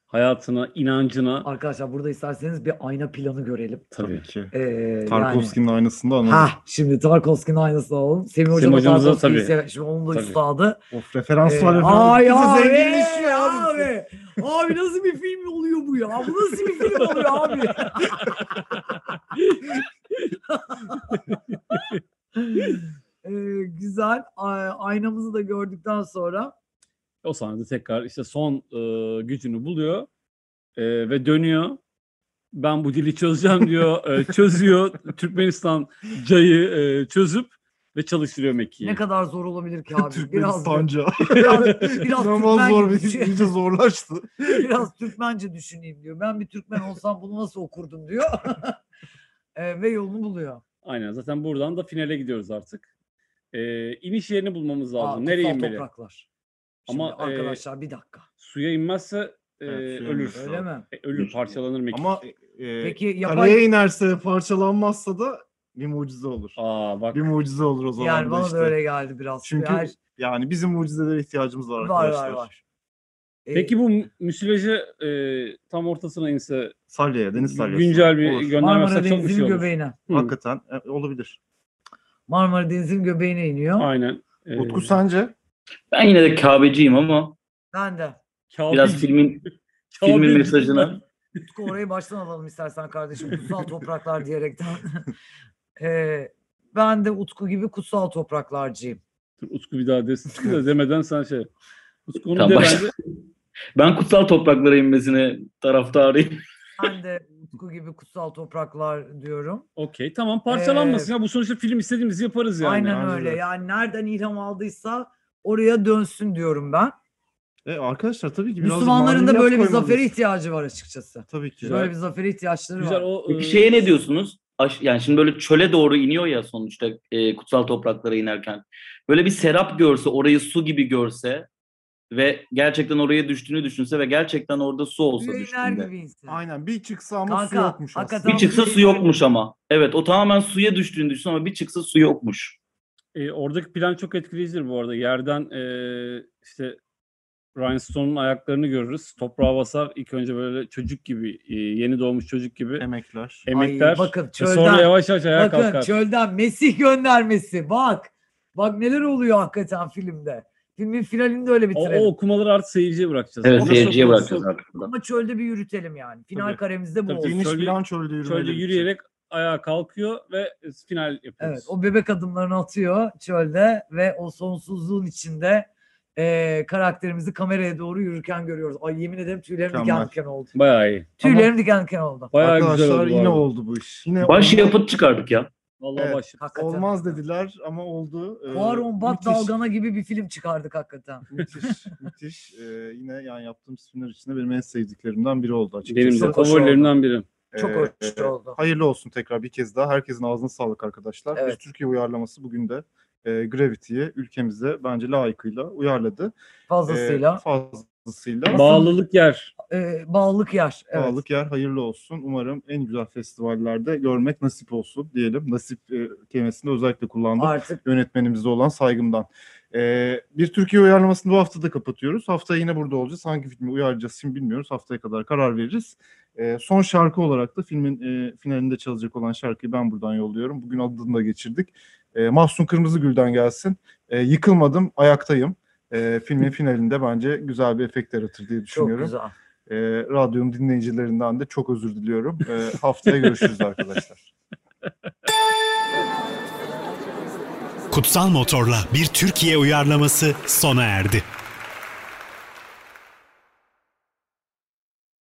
Speaker 4: hayatına, inancına
Speaker 5: Arkadaşlar burada isterseniz bir ayna planı görelim.
Speaker 4: tabii.
Speaker 2: ki.
Speaker 5: Ee,
Speaker 2: Tarkovski'nin aynasında
Speaker 5: Yani.
Speaker 2: anladım.
Speaker 5: Ha şimdi Tarkovski'nin aynasını alalım. Semih Hocam da
Speaker 4: hocamız da
Speaker 5: Tarkovski'yi
Speaker 4: tabii.
Speaker 5: sever. Şimdi onun da
Speaker 4: Tabii.
Speaker 5: üstadı.
Speaker 2: Of referans
Speaker 5: Ee,
Speaker 2: var efendim.
Speaker 5: ay
Speaker 2: İyice
Speaker 5: abi,
Speaker 2: zenginleşiyor abi.
Speaker 5: abi. Abi nasıl bir film oluyor bu ya? Bu nasıl bir film oluyor abi? Ee, güzel. Ay- Aynamızı da gördükten sonra
Speaker 4: O sahnede tekrar işte son e, gücünü buluyor e, ve dönüyor. Ben bu dili çözeceğim diyor. E, çözüyor. Türkmenistan cayı e, çözüp ve çalıştırıyor Mekke'yi.
Speaker 5: ne kadar zor olabilir ki abi? Biraz
Speaker 2: Türkmenistanca.
Speaker 5: biraz, biraz
Speaker 2: İnanılmaz
Speaker 5: Türkmen
Speaker 2: zor
Speaker 5: gibi şey.
Speaker 2: bir
Speaker 5: düşün-
Speaker 2: iyice zorlaştı.
Speaker 5: biraz Türkmence düşüneyim diyor. Ben bir Türkmen olsam bunu nasıl okurdum diyor. Ee, ve yolunu buluyor.
Speaker 4: Aynen zaten buradan da finale gidiyoruz artık. E, iniş yerini bulmamız
Speaker 5: Aa,
Speaker 4: lazım.
Speaker 5: kutsal
Speaker 4: Nereye inmeli?
Speaker 5: topraklar. Şimdi
Speaker 4: Ama, e,
Speaker 5: arkadaşlar bir dakika.
Speaker 4: Suya inmezse e,
Speaker 2: Evet, suya
Speaker 4: ölür.
Speaker 2: inmez.
Speaker 5: Öyle mi?
Speaker 4: E, ölür parçalanır Mekke.
Speaker 2: Ama e,
Speaker 5: Peki yapay
Speaker 2: karaya inerse parçalanmazsa da bir mucize olur.
Speaker 4: Aa bak
Speaker 2: Bir mucize olur o zaman
Speaker 5: yani
Speaker 2: da
Speaker 5: bana
Speaker 2: işte.
Speaker 5: da öyle geldi biraz.
Speaker 2: Çünkü
Speaker 5: Her-
Speaker 2: Yani bizim mucizelere ihtiyacımız var,
Speaker 5: var var
Speaker 2: arkadaşlar.
Speaker 5: var. Ee,
Speaker 4: Peki bu mü- müsilajı e, tam ortasına inse
Speaker 2: Salya'ya, deniz salyası.
Speaker 4: güncel bir
Speaker 2: Olur.
Speaker 4: gönderme
Speaker 5: Marmara
Speaker 4: yapsak çok bir şey
Speaker 5: Denizi'nin
Speaker 4: olur.
Speaker 5: göbeğine.
Speaker 4: Hı,
Speaker 2: Hakikaten e, olabilir.
Speaker 5: Marmara Denizi'nin göbeğine iniyor.
Speaker 4: Aynen. E,
Speaker 2: Utku sence?
Speaker 6: Ben yine de Kabe'ciyim ama
Speaker 5: Ben de.
Speaker 4: Kabil-
Speaker 6: biraz filmin
Speaker 4: Kabil-
Speaker 6: filmin mesajına-
Speaker 5: Utku orayı baştan alalım istersen kardeşim. Kutsal topraklar diyerekten. Ee, ben de Utku gibi kutsal topraklarcıyım.
Speaker 4: Dur, Utku bir daha desin de demeden sen şey. Utku onu
Speaker 6: Tamam,
Speaker 4: de
Speaker 6: başla.
Speaker 4: bence.
Speaker 6: ben kutsal topraklara inmesine taraftarıyım.
Speaker 5: Ben de Utku gibi kutsal topraklar diyorum.
Speaker 4: Okey tamam parçalanmasın ya. Bu sonuçta film istediğimizi yaparız yani.
Speaker 5: Aynen
Speaker 2: bence
Speaker 5: öyle.
Speaker 2: de.
Speaker 5: Yani nereden ilham aldıysa oraya dönsün diyorum ben.
Speaker 2: E, arkadaşlar tabii ki biraz
Speaker 5: Müslümanların da
Speaker 2: maneviyat
Speaker 5: böyle bir
Speaker 2: koymalıyız.
Speaker 5: zafere ihtiyacı var açıkçası.
Speaker 2: Tabii ki.
Speaker 4: Güzel.
Speaker 5: Böyle bir zafere ihtiyaçları
Speaker 4: Güzel
Speaker 5: var.
Speaker 4: o. e,
Speaker 6: Peki şeye ne diyorsunuz? Aş- yani şimdi böyle çöle doğru iniyor ya sonuçta e, kutsal topraklara inerken. Böyle bir serap görse, orayı su gibi görse ve gerçekten oraya düştüğünü düşünse ve gerçekten orada su olsa
Speaker 5: Suya iner
Speaker 6: düştüğünde.
Speaker 5: gibi insan.
Speaker 2: Aynen bir çıksa ama su
Speaker 5: Kanka,
Speaker 2: yokmuş aslında.
Speaker 5: hakikaten-
Speaker 6: Bir çıksa su yokmuş ama. Evet o tamamen suya düştüğünü düşün ama bir çıksa su yokmuş.
Speaker 4: E, oradaki plan çok etkileyicidir bu arada. Yerden e, işte Rhinestone'un ayaklarını görürüz. Toprağa basar. İlk önce böyle çocuk gibi, e, yeni doğmuş çocuk gibi
Speaker 2: Emekler.
Speaker 4: emekler.
Speaker 5: Ay, bakın
Speaker 4: ve
Speaker 5: çölden-
Speaker 4: e, sonra yavaş yavaş ayağa
Speaker 5: Bakın
Speaker 4: kalkar.
Speaker 5: çölden Mesih göndermesi. Bak. Bak neler oluyor hakikaten filmde. Filmin finalini de öyle
Speaker 4: O,
Speaker 5: bitirelim.
Speaker 4: o okumaları artık seyirciye bırakacağız.
Speaker 6: Evet
Speaker 4: Ona
Speaker 6: seyirciye
Speaker 4: sokulsun.
Speaker 6: bırakacağız artık burada.
Speaker 5: Ama çölde bir yürütelim yani. Final
Speaker 2: Tabii.
Speaker 5: karemizde bu
Speaker 4: Tabii,
Speaker 5: olsun.
Speaker 2: Geniş
Speaker 4: Şöyle-
Speaker 2: plan çölde yürümeleri.
Speaker 4: Şöyle
Speaker 2: için.
Speaker 4: yürüyerek ayağa kalkıyor ve e, final yapıyoruz.
Speaker 5: Evet, o bebek adımlarını atıyor çölde ve o sonsuzluğun içinde eee, karakterimizi kameraya doğru yürürken görüyoruz. Ay yemin ederim tüylerim diken
Speaker 2: Mükemmel.
Speaker 5: diken oldu.
Speaker 4: Bayağı iyi.
Speaker 5: Tüylerim diken diken oldu.
Speaker 4: Bayağı güzel oldu.
Speaker 2: Arkadaşlar
Speaker 4: bu
Speaker 2: yine
Speaker 4: arada.
Speaker 2: oldu bu iş. Yine
Speaker 6: Baş
Speaker 2: oldu.
Speaker 6: yapıt çıkardık ya.
Speaker 4: Vallahi
Speaker 2: Evet.
Speaker 4: baş-
Speaker 5: Hakikaten.
Speaker 2: Olmaz dediler ama oldu. Ee,
Speaker 5: Poirot Bat
Speaker 2: müthiş,
Speaker 5: Dalgana gibi bir film çıkardık hakikaten.
Speaker 2: Müthiş, müthiş. Ee, yine yani yaptığımız filmler içinde benim en sevdiklerimden biri oldu açıkçası.
Speaker 4: Benim de
Speaker 5: Çok hoş
Speaker 4: favorilerimden biri.
Speaker 5: Çok
Speaker 2: Ee,
Speaker 5: hoş oldu.
Speaker 2: Hayırlı olsun tekrar bir kez daha. Herkesin ağzına sağlık arkadaşlar.
Speaker 5: Evet.
Speaker 2: Biz Türkiye uyarlaması bugün de e, Gravity'yi ülkemize bence layıkıyla uyarladı. Ee,
Speaker 5: Fazlasıyla.
Speaker 2: fazlasıyla.
Speaker 4: Bağlılık yer.
Speaker 5: Eee, bağlılık yer. Evet.
Speaker 2: Sağlık yer hayırlı olsun. Umarım en güzel festivallerde görmek nasip olsun diyelim. Nasip e, kelimesini özellikle kullandım.
Speaker 5: Artık
Speaker 2: Yönetmenimize olan saygımdan. Ee, bir Türkiye uyarlamasını bu haftada kapatıyoruz. Haftaya yine burada olacağız. Hangi filmi uyarlayacağız şimdi bilmiyoruz. Haftaya kadar karar veririz. Ee, son şarkı olarak da filmin e, finalinde çalacak olan şarkıyı ben buradan yolluyorum. Bugün adını da geçirdik. Ee, Mahsun Kırmızıgül'den gelsin. Ee, yıkılmadım, ayaktayım. Ee, filmin finalinde bence güzel bir efekt yaratır diye
Speaker 5: çok
Speaker 2: düşünüyorum.
Speaker 5: güzel.
Speaker 2: E, radyonun dinleyicilerinden de çok özür diliyorum. E, haftaya görüşürüz arkadaşlar.
Speaker 1: Kutsal Motor'la bir Türkiye uyarlaması sona erdi.